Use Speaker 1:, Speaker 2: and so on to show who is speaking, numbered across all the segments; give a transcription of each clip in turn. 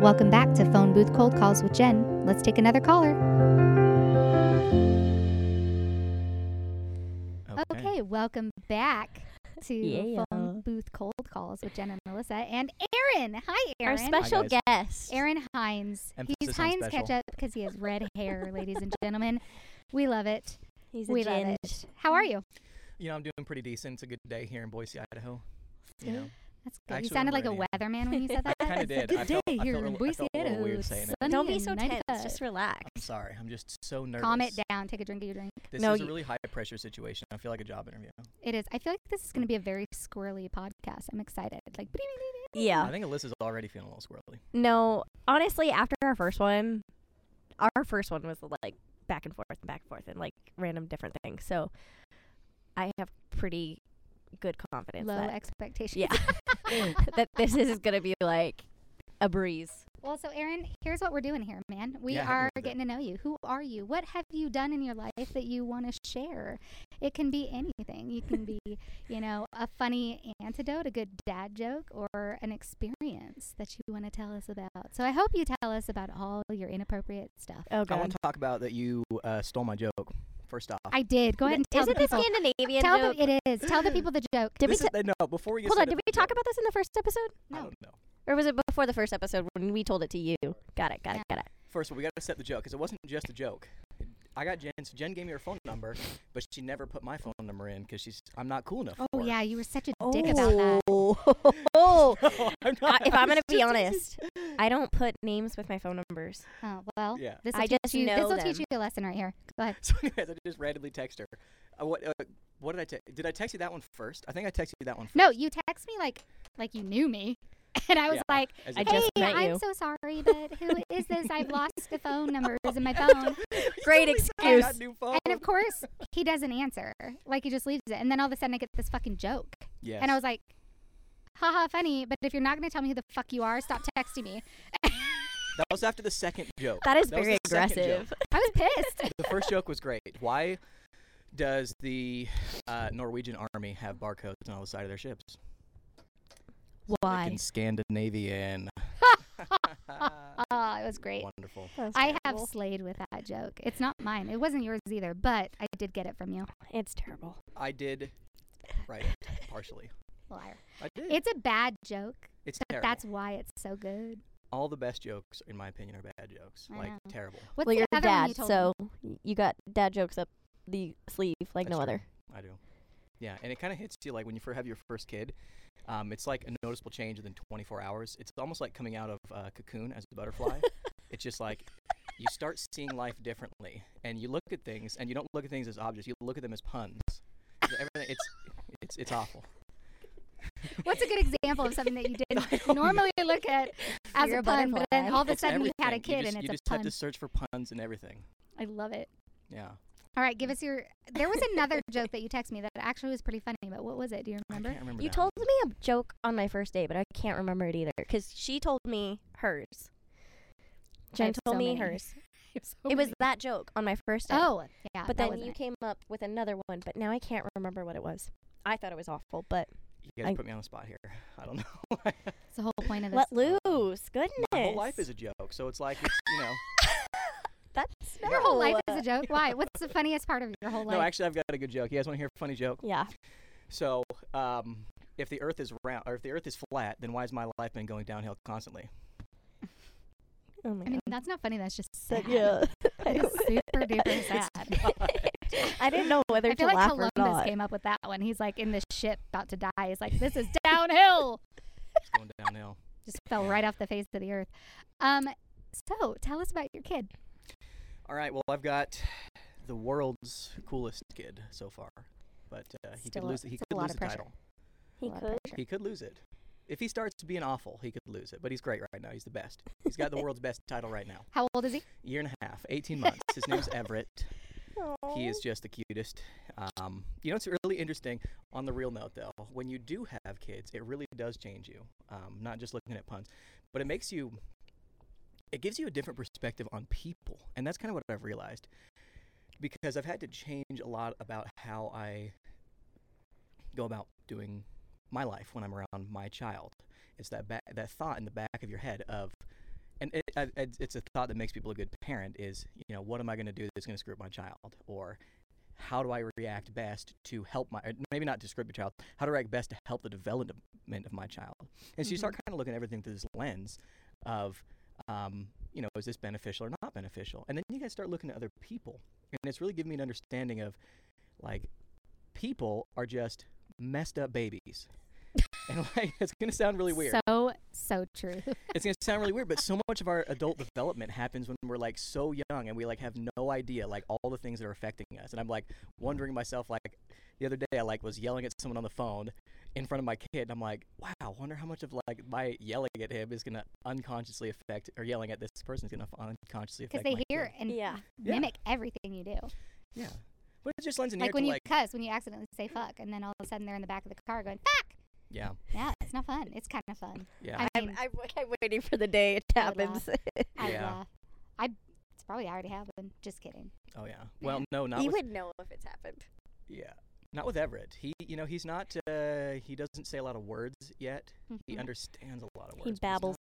Speaker 1: Welcome back to Phone Booth Cold Calls with Jen. Let's take another caller. Okay, welcome back to
Speaker 2: Yeah.
Speaker 1: Phone Booth Cold Calls with Jen and Melissa and Aaron. Hi,
Speaker 2: Our
Speaker 1: Aaron.
Speaker 2: special
Speaker 3: guys.
Speaker 2: guest.
Speaker 1: Aaron Hines. He's
Speaker 3: Emphasis on
Speaker 1: Hines
Speaker 3: special.
Speaker 1: Ketchup because he has red hair, ladies and gentlemen. We love it.
Speaker 2: He's a
Speaker 1: we love
Speaker 2: gin.
Speaker 1: it. How are you?
Speaker 3: You know, I'm doing pretty decent. It's a good day here in Boise, Idaho. You know,
Speaker 1: That's good. you
Speaker 3: Actually,
Speaker 1: sounded like
Speaker 3: we're
Speaker 1: a weatherman when you said that.
Speaker 3: I kinda did.
Speaker 1: Good
Speaker 3: I
Speaker 1: day
Speaker 3: felt- I
Speaker 1: here in
Speaker 3: felt a li- I
Speaker 1: Boise,
Speaker 3: felt a little
Speaker 1: Idaho.
Speaker 3: weird saying it.
Speaker 1: Sunny
Speaker 2: Don't be
Speaker 1: and
Speaker 2: so
Speaker 1: 95.
Speaker 2: tense. Just relax.
Speaker 3: I'm sorry. I'm just so nervous.
Speaker 1: Calm it down. Take a drink of your drink.
Speaker 3: This
Speaker 2: No,
Speaker 3: is a
Speaker 2: you-
Speaker 3: really high pressure situation. I feel like a job interview.
Speaker 1: It is. I feel like this is going to be a very squirrely podcast. I'm excited. Like,
Speaker 2: Yeah.
Speaker 3: I think Alyssa's already feeling a little squirrely.
Speaker 1: Oh,
Speaker 2: No, honestly, after our first one, our first one was like back and forth and back and forth and like random different things. So I have pretty good confidence
Speaker 1: low
Speaker 2: that,
Speaker 1: expectations.
Speaker 2: Yeah. that this is going to be like a breeze.
Speaker 1: Well, so Aaron, here's what we're doing here, man. We
Speaker 3: Yeah, hit me
Speaker 1: are
Speaker 3: with it.
Speaker 1: getting to know you. Who are you? What have you done in your life that you want to share? It can be anything. You can be, you know, a funny antidote, a good dad joke, or an experience that you want to tell us about. So I hope you tell us about all your inappropriate stuff.
Speaker 2: Oh,
Speaker 3: I
Speaker 2: God.
Speaker 3: want to talk about that you uh, stole my joke. First off,
Speaker 1: I did. Go ahead and tell
Speaker 2: Isn't
Speaker 1: the
Speaker 2: this
Speaker 1: people.
Speaker 2: Scandinavian
Speaker 1: tell
Speaker 2: joke?
Speaker 1: them it is. Tell the people the joke.
Speaker 2: Did we
Speaker 3: This
Speaker 2: ta-
Speaker 3: is the- no. Before we get
Speaker 2: Hold on,
Speaker 3: started
Speaker 2: did
Speaker 3: with
Speaker 2: we
Speaker 3: the
Speaker 2: talk
Speaker 3: joke-
Speaker 2: about this in the first episode?
Speaker 3: I
Speaker 1: No.
Speaker 3: don't know.
Speaker 2: Or was it before the first episode when we told it to you? Got it, got it, got it.
Speaker 3: First of all, we got to set the joke because it wasn't just a joke. I got Jen's. Jen gave me her phone number, but she never put my phone number in because she's. I'm not cool enough.
Speaker 1: Oh
Speaker 3: for
Speaker 1: yeah, you were such a
Speaker 2: Oh.
Speaker 1: dick about that.
Speaker 2: Oh.
Speaker 3: Her. No, I'm
Speaker 2: I,
Speaker 3: not.
Speaker 2: if I'm going to
Speaker 3: It's
Speaker 2: be
Speaker 3: just-
Speaker 2: honest, I don't put names with my phone numbers.
Speaker 1: Oh well,
Speaker 3: Yeah.
Speaker 1: this
Speaker 2: I
Speaker 1: will teach
Speaker 2: just
Speaker 1: you.
Speaker 2: know
Speaker 1: This will teach you a
Speaker 2: them.
Speaker 1: lesson right here. Go ahead.
Speaker 3: So, anyways, I just randomly text her. Uh, what? Uh, what did I text? Did I text you that one first? I think I texted you that one first.
Speaker 1: No, you text me like like you knew me, and I was
Speaker 3: Yeah,
Speaker 1: like,
Speaker 3: as
Speaker 2: I
Speaker 3: in-
Speaker 1: "Hey,
Speaker 2: just met
Speaker 1: I'm
Speaker 2: you."
Speaker 1: so sorry, but who is this? I've lost the phone numbers in my phone."
Speaker 2: Great
Speaker 3: Totally forgot
Speaker 2: excuse.
Speaker 3: new
Speaker 1: And of
Speaker 3: phone.
Speaker 1: course, he doesn't answer. Like he just leaves it, and then all of a sudden, I get this fucking joke,
Speaker 3: Yes.
Speaker 1: and I was like, "Haha, funny." But if you're not gonna tell me who the fuck you are, stop texting me.
Speaker 3: that was after the second joke.
Speaker 2: That is
Speaker 3: That was
Speaker 2: very
Speaker 3: the second joke.
Speaker 2: aggressive.
Speaker 1: I was pissed.
Speaker 3: The first joke was great. Why does the uh, Norwegian army have barcodes on the side of their ships? Like in Scandinavian.
Speaker 1: oh, it was great.
Speaker 3: Wonderful.
Speaker 1: I have slayed with that joke. It's not mine. It wasn't yours either, but I did get it from you.
Speaker 2: It's terrible.
Speaker 3: I did write it partially.
Speaker 1: Liar.
Speaker 3: I did.
Speaker 1: It's a bad joke.
Speaker 3: it's
Speaker 1: but
Speaker 3: terrible.
Speaker 1: that's why it's so good.
Speaker 3: All the best jokes, in my opinion, are bad jokes.
Speaker 1: I
Speaker 3: Like
Speaker 1: know.
Speaker 3: terrible.
Speaker 1: What's
Speaker 2: well,
Speaker 1: the
Speaker 2: you're a
Speaker 1: other one
Speaker 2: dad,
Speaker 1: you told me?
Speaker 2: so y- you got dad jokes up the sleeve like
Speaker 3: That's
Speaker 2: no
Speaker 3: true.
Speaker 2: other.
Speaker 3: I do. Yeah, and it kind of hits you like when you fir- have your first kid. Um, it's like a noticeable change within 24 hours. It's almost like coming out of uh, cocoon as a butterfly. it's just like you start seeing life differently, and you look at things, and you don't look at things as objects. You look at them as puns. So everything, Uh, it's it's it's awful.
Speaker 1: What's a good example of something that you
Speaker 3: I
Speaker 1: didn't
Speaker 3: don't know.
Speaker 1: normally look at as
Speaker 2: You're
Speaker 1: a
Speaker 2: a
Speaker 1: pun, but then
Speaker 2: butterfly.
Speaker 1: all of a
Speaker 3: It's
Speaker 1: sudden you had a
Speaker 3: everything.
Speaker 1: kid
Speaker 3: you just,
Speaker 1: and
Speaker 3: you
Speaker 1: it's
Speaker 3: just
Speaker 1: a pun.
Speaker 3: have to search for puns and everything.
Speaker 1: I love it.
Speaker 3: Yeah,
Speaker 1: All right, give us your. There was another joke that you texted me that actually was pretty funny, but what was it? Do you
Speaker 3: I
Speaker 1: remember?
Speaker 3: can't remember.
Speaker 2: You
Speaker 3: that one.
Speaker 2: told me a joke on my first day, but I can't remember it either because she told me hers. Jen
Speaker 1: have
Speaker 2: told
Speaker 1: so
Speaker 2: me
Speaker 1: many.
Speaker 2: hers.
Speaker 1: It's so
Speaker 2: It was
Speaker 1: funny.
Speaker 2: that joke on my first day.
Speaker 1: Oh, yeah.
Speaker 2: but
Speaker 1: that
Speaker 2: then
Speaker 1: wasn't
Speaker 2: you
Speaker 1: it.
Speaker 2: came up with another one, but now I can't remember what it was. I thought it was awful, but
Speaker 3: You guys
Speaker 2: I-
Speaker 3: put me on the spot here. I don't know.
Speaker 1: It's the whole point of this.
Speaker 2: let loose. Goodness.
Speaker 3: My whole life is a joke, so it's like it's, you know.
Speaker 2: That's
Speaker 1: Your whole life
Speaker 2: no.
Speaker 1: is a joke. Why? What's the funniest part of your whole life?
Speaker 3: No, actually, I've got a good joke. You guys want to hear a funny joke?
Speaker 2: Yeah.
Speaker 3: So, um, if the Earth is round or if the Earth is flat, then why has my life been going downhill constantly?
Speaker 2: Oh my
Speaker 1: I mean,
Speaker 2: god.
Speaker 1: that's not funny. That's just sad.
Speaker 2: That- yeah. I
Speaker 1: It's
Speaker 2: don't-
Speaker 1: super duper sad.
Speaker 2: I didn't know whether
Speaker 1: I
Speaker 2: to
Speaker 1: feel like
Speaker 2: laugh
Speaker 1: Columbus
Speaker 2: or not.
Speaker 1: came up with that one. He's like in the ship about to die. He's like, this is downhill.
Speaker 3: It's going downhill.
Speaker 1: Just fell right off the face of the earth. Um, so tell us about your kid.
Speaker 3: All right. Well, I've got the world's coolest kid so far, but uh, he
Speaker 1: Still a-
Speaker 3: could lose. He
Speaker 1: it's a
Speaker 3: could
Speaker 1: lot
Speaker 3: lose
Speaker 1: of
Speaker 3: the
Speaker 1: pressure.
Speaker 3: title.
Speaker 2: He
Speaker 1: A lot of
Speaker 2: could.
Speaker 1: pressure.
Speaker 3: He could lose it. If he starts being awful, he could lose it. But he's great right now. He's the best. He's got the world's best title right now.
Speaker 1: How old is he?
Speaker 3: Year and a half, 18 months. His name's Everett. He is just the cutest. Um, you know, it's really interesting. On the real note, though, when you do have kids, it really does change you. Um, not just looking at puns, but it makes you. It gives you a different perspective on people, and that's kind of what I've realized, because I've had to change a lot about how I go about doing my life when I'm around my child. It's that ba- that thought in the back of your head of and it, I, I- it's a thought that makes people a good parent is you know what am i going to do that's going to screw up my child or how do i react best to help my or maybe not to screw up your child how do i react best to help the development of my child and so you start kind of looking at everything through this lens of um, you know is this beneficial or not beneficial and then you guys start looking at other people and it's really given me an understanding of like people are just messed up babies and like it's going to sound really weird
Speaker 1: So so true.
Speaker 3: it's gonna sound really weird, but so much of our adult development happens when we're like so young and we like have no idea like all the things that are affecting us. And I'm like wondering myself like the other day I like was yelling at someone on the phone in front of my kid. And I'm like, wow, I wonder how much of like my yelling at him is gonna unconsciously affect or yelling at this person is gonna unconsciously
Speaker 1: Because
Speaker 3: affect.
Speaker 1: they
Speaker 3: my
Speaker 1: hear
Speaker 3: kid."
Speaker 1: and
Speaker 2: Yeah.
Speaker 3: Yeah.
Speaker 1: mimic everything you do.
Speaker 3: Yeah, but it just lends an ear
Speaker 1: Like when
Speaker 3: to
Speaker 1: you
Speaker 3: like
Speaker 1: cuss, when you accidentally say fuck, and then all of a sudden they're in the back of the car going fuck.
Speaker 3: yeah,
Speaker 1: Yeah, it's not fun. It's kind of fun.
Speaker 3: yeah.
Speaker 1: I
Speaker 2: I'm,
Speaker 1: mean,
Speaker 2: I'm, I'm waiting for the day it
Speaker 1: I would
Speaker 2: happens.
Speaker 1: I
Speaker 3: Yeah.
Speaker 1: laugh. I it's probably already happened. Just kidding.
Speaker 3: oh yeah. Well, no, not
Speaker 2: you
Speaker 3: with
Speaker 2: would know if it's happened.
Speaker 3: yeah, not with Everett. He you know he's not uh, he doesn't say a lot of words yet. He
Speaker 1: Mhm.
Speaker 3: understands a lot of words. but
Speaker 2: He
Speaker 3: he's not-
Speaker 2: babbles.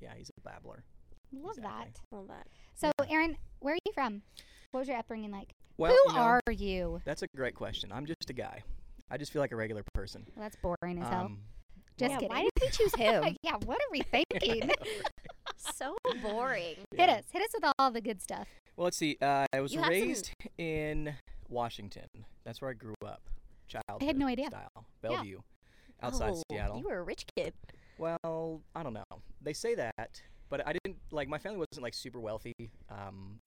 Speaker 3: Yeah, he's a babbler.
Speaker 1: Love
Speaker 3: Exactly.
Speaker 2: Love that.
Speaker 1: that. So,
Speaker 3: Yeah.
Speaker 1: Aaron, where are you from? What was your upbringing like?
Speaker 3: Well,
Speaker 1: Who
Speaker 3: you know,
Speaker 1: are you?
Speaker 3: That's a great question. I'm just a guy. I just feel like a regular person.
Speaker 1: Well, that's boring as hell.
Speaker 3: Um,
Speaker 1: Just
Speaker 2: yeah,
Speaker 1: kidding.
Speaker 2: why did we choose him?
Speaker 1: yeah, what are we thinking?
Speaker 2: so boring.
Speaker 1: Hit
Speaker 3: yeah.
Speaker 1: us. Hit us with all the good stuff.
Speaker 3: Well, let's see. Uh, I was
Speaker 2: You have some-
Speaker 3: raised in Washington. That's where I grew up. Child.
Speaker 1: no idea.
Speaker 3: Style. Bellevue, outside
Speaker 2: Oh,
Speaker 3: Seattle.
Speaker 2: You were a rich kid.
Speaker 3: Well, I don't know. They say that, but I didn't like my family wasn't like super wealthy. Um,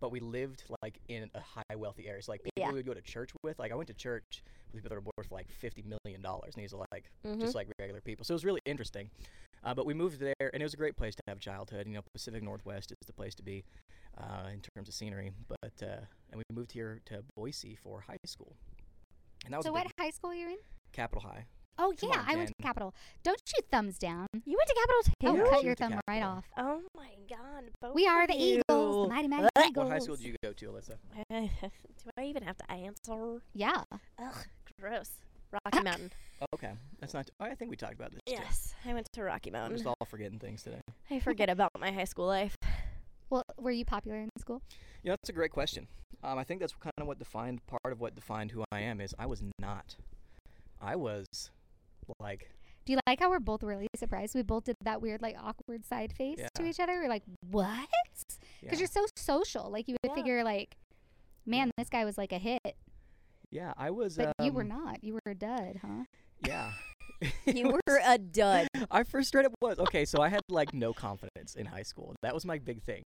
Speaker 3: but we lived like in a high wealthy area. So like people
Speaker 2: Yeah.
Speaker 3: we would go to church with. Like I went to church with people that are worth like fifty million dollars, and these are like
Speaker 1: Mm-hmm.
Speaker 2: Mm-hmm.
Speaker 3: just like regular people. So it was really interesting. Uh, but we moved there, and it was a great place to have a childhood. You know, Pacific Northwest is the place to be uh, in terms of scenery. But uh, and we moved here to Boise for high school, and that was
Speaker 1: So,
Speaker 3: a
Speaker 1: what
Speaker 3: big
Speaker 1: high school are you in?
Speaker 3: Capital High.
Speaker 1: Oh,
Speaker 3: Come
Speaker 1: yeah,
Speaker 3: on,
Speaker 1: I went to
Speaker 3: Jen.
Speaker 1: Capital. Don't shoot thumbs down.
Speaker 2: You went to
Speaker 1: Oh,
Speaker 2: Capital
Speaker 3: Yeah,
Speaker 2: Two.
Speaker 3: she
Speaker 1: cut
Speaker 3: went
Speaker 1: your
Speaker 3: to
Speaker 1: thumb right
Speaker 3: Capitol.
Speaker 1: off.
Speaker 2: Oh my God. both
Speaker 1: We are
Speaker 2: of
Speaker 1: the Eagles, the mighty, mighty
Speaker 2: What?
Speaker 1: Eagles.
Speaker 3: What high school did you go to, Alyssa?
Speaker 2: you. Do I even have to answer?
Speaker 1: Yeah.
Speaker 2: Ugh, gross. Rocky Mountain.
Speaker 3: Oh, okay, that's not. oh, I think we talked about this. too.
Speaker 2: Yes, I went to Rocky
Speaker 3: We're just
Speaker 1: Mm-hmm.
Speaker 2: Mountain.
Speaker 3: all forgetting things today.
Speaker 2: I forget about my high school life.
Speaker 1: Well, were you popular in school?
Speaker 3: You know, that's a great question. Um, I think that's kind of what defined part of what defined who I am is I was not. I was like
Speaker 1: Do you like how we're both really surprised? We both did that weird, like, awkward side face to
Speaker 3: Yeah.
Speaker 1: each other. We're like, what?
Speaker 3: yeah,
Speaker 1: Because you're so social. Like, you would
Speaker 2: Yeah.
Speaker 1: figure, like, man, this guy was like a hit,
Speaker 3: yeah I was.
Speaker 1: but you were
Speaker 3: um,
Speaker 1: not. You were a dud, huh?
Speaker 3: Yeah.
Speaker 2: You were a dud.
Speaker 3: I first straight up was okay. So I had like no confidence in high school. That was my big thing,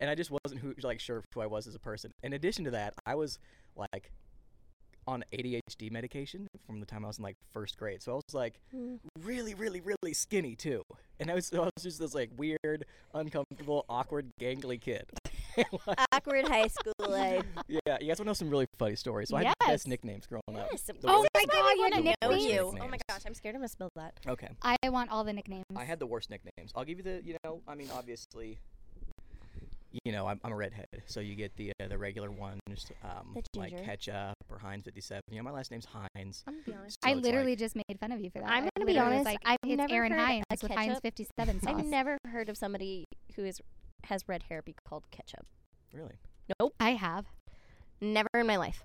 Speaker 3: and I just wasn't who like sure of who I was as a person. In addition to that, I was like on ADHD medication from the time I was in like first grade. So I was like really, really, really skinny too, and I was, I was just this like weird, uncomfortable, awkward, gangly kid. Like,
Speaker 2: Awkward high school life.
Speaker 3: yeah, you guys want to know some really funny stories? So I had the best
Speaker 1: Yes.
Speaker 3: nicknames growing up.
Speaker 2: Yes,
Speaker 3: The
Speaker 1: Oh
Speaker 3: worst-
Speaker 1: my God, you
Speaker 2: I
Speaker 1: had
Speaker 2: know
Speaker 1: nicknames?
Speaker 2: you. Oh my
Speaker 3: Nicknames.
Speaker 2: gosh, I'm scared I'm gonna spill that.
Speaker 3: Okay.
Speaker 1: I want all the nicknames.
Speaker 3: I had the worst nicknames. I'll give you the, you know, I mean, obviously, you know, I'm, I'm a redhead, so you get the uh, the regular ones, um,
Speaker 2: The
Speaker 3: like
Speaker 2: ginger.
Speaker 3: Ketchup or Heinz 57. You know, my last name's Heinz.
Speaker 2: I'm gonna be honest.
Speaker 3: so
Speaker 1: I
Speaker 3: it's like-
Speaker 1: literally just made fun of you for that.
Speaker 2: I'm
Speaker 1: I
Speaker 2: gonna be
Speaker 1: literally was
Speaker 2: honest,
Speaker 1: Like,
Speaker 2: I've
Speaker 1: it's
Speaker 2: never
Speaker 1: Aaron
Speaker 2: heard a
Speaker 1: Heinz with Heinz
Speaker 2: ketchup-
Speaker 1: 57 sauce.
Speaker 2: I've never heard of somebody who is has red hair be called ketchup.
Speaker 3: really?
Speaker 1: I have.
Speaker 2: Never in my life.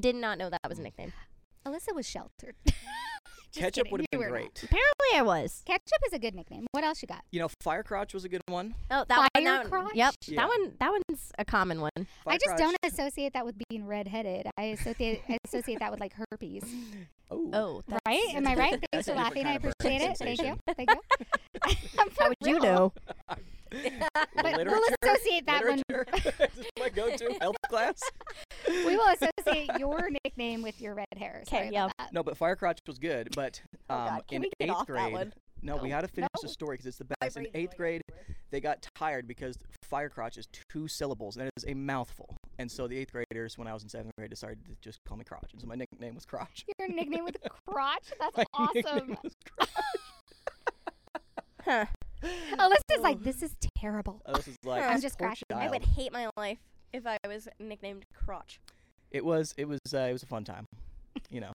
Speaker 2: Did not know that was a
Speaker 3: Mm.
Speaker 2: nickname.
Speaker 1: Alyssa was sheltered. Just
Speaker 3: ketchup
Speaker 1: kidding,
Speaker 3: would have
Speaker 1: you
Speaker 3: been
Speaker 1: were not.
Speaker 3: great.
Speaker 2: Apparently, I was.
Speaker 1: Ketchup is a good nickname. What else you got?
Speaker 3: You know, Firecrotch was a good one.
Speaker 2: Oh, that one. That one
Speaker 1: Firecrotch?
Speaker 2: yep,
Speaker 3: Yeah.
Speaker 2: that one. That one's a common one.
Speaker 1: I just don't
Speaker 3: Firecrotch-
Speaker 1: associate that with being redheaded. I associate I associate that with like herpes.
Speaker 3: Oh.
Speaker 2: Oh, that,
Speaker 1: Right? Am I right?
Speaker 3: That's
Speaker 1: Thanks
Speaker 3: a
Speaker 1: for laughing. I
Speaker 3: different
Speaker 1: appreciate it.
Speaker 3: kind of burn
Speaker 1: Thank you. Thank you. I'm for
Speaker 2: how would you
Speaker 1: real.
Speaker 2: know?
Speaker 1: But
Speaker 3: literature,
Speaker 1: we'll associate that
Speaker 3: literature. It's my go-to health class.
Speaker 1: one. We will associate your nickname with your red hair. Sorry
Speaker 2: Okay, yeah.
Speaker 1: about that.
Speaker 3: No, but Firecrotch was good. But
Speaker 2: Oh,
Speaker 3: um,
Speaker 2: God, can
Speaker 3: in
Speaker 2: we get
Speaker 3: eighth
Speaker 2: off that
Speaker 3: grade,
Speaker 2: one?
Speaker 3: no, we
Speaker 2: No.
Speaker 3: had to finish the
Speaker 2: No.
Speaker 3: story because it's the best. In eighth grade, they got tired because Firecrotch is two syllables and it is a mouthful. And so the eighth graders, when I was in seventh grade, decided to just call me Crotch, and so my nickname was Crotch.
Speaker 1: Your nickname with crotch? That's
Speaker 3: My
Speaker 1: awesome.
Speaker 3: nickname was Crotch.
Speaker 2: Huh.
Speaker 1: Alyssa's like, this is terrible.
Speaker 3: I was just like,
Speaker 2: I'm
Speaker 3: "This
Speaker 1: just
Speaker 3: poor
Speaker 1: cracking up.
Speaker 2: I
Speaker 3: child."
Speaker 2: would hate my life if I was nicknamed Crotch.
Speaker 3: It was, it was, uh, it was a fun time. You know,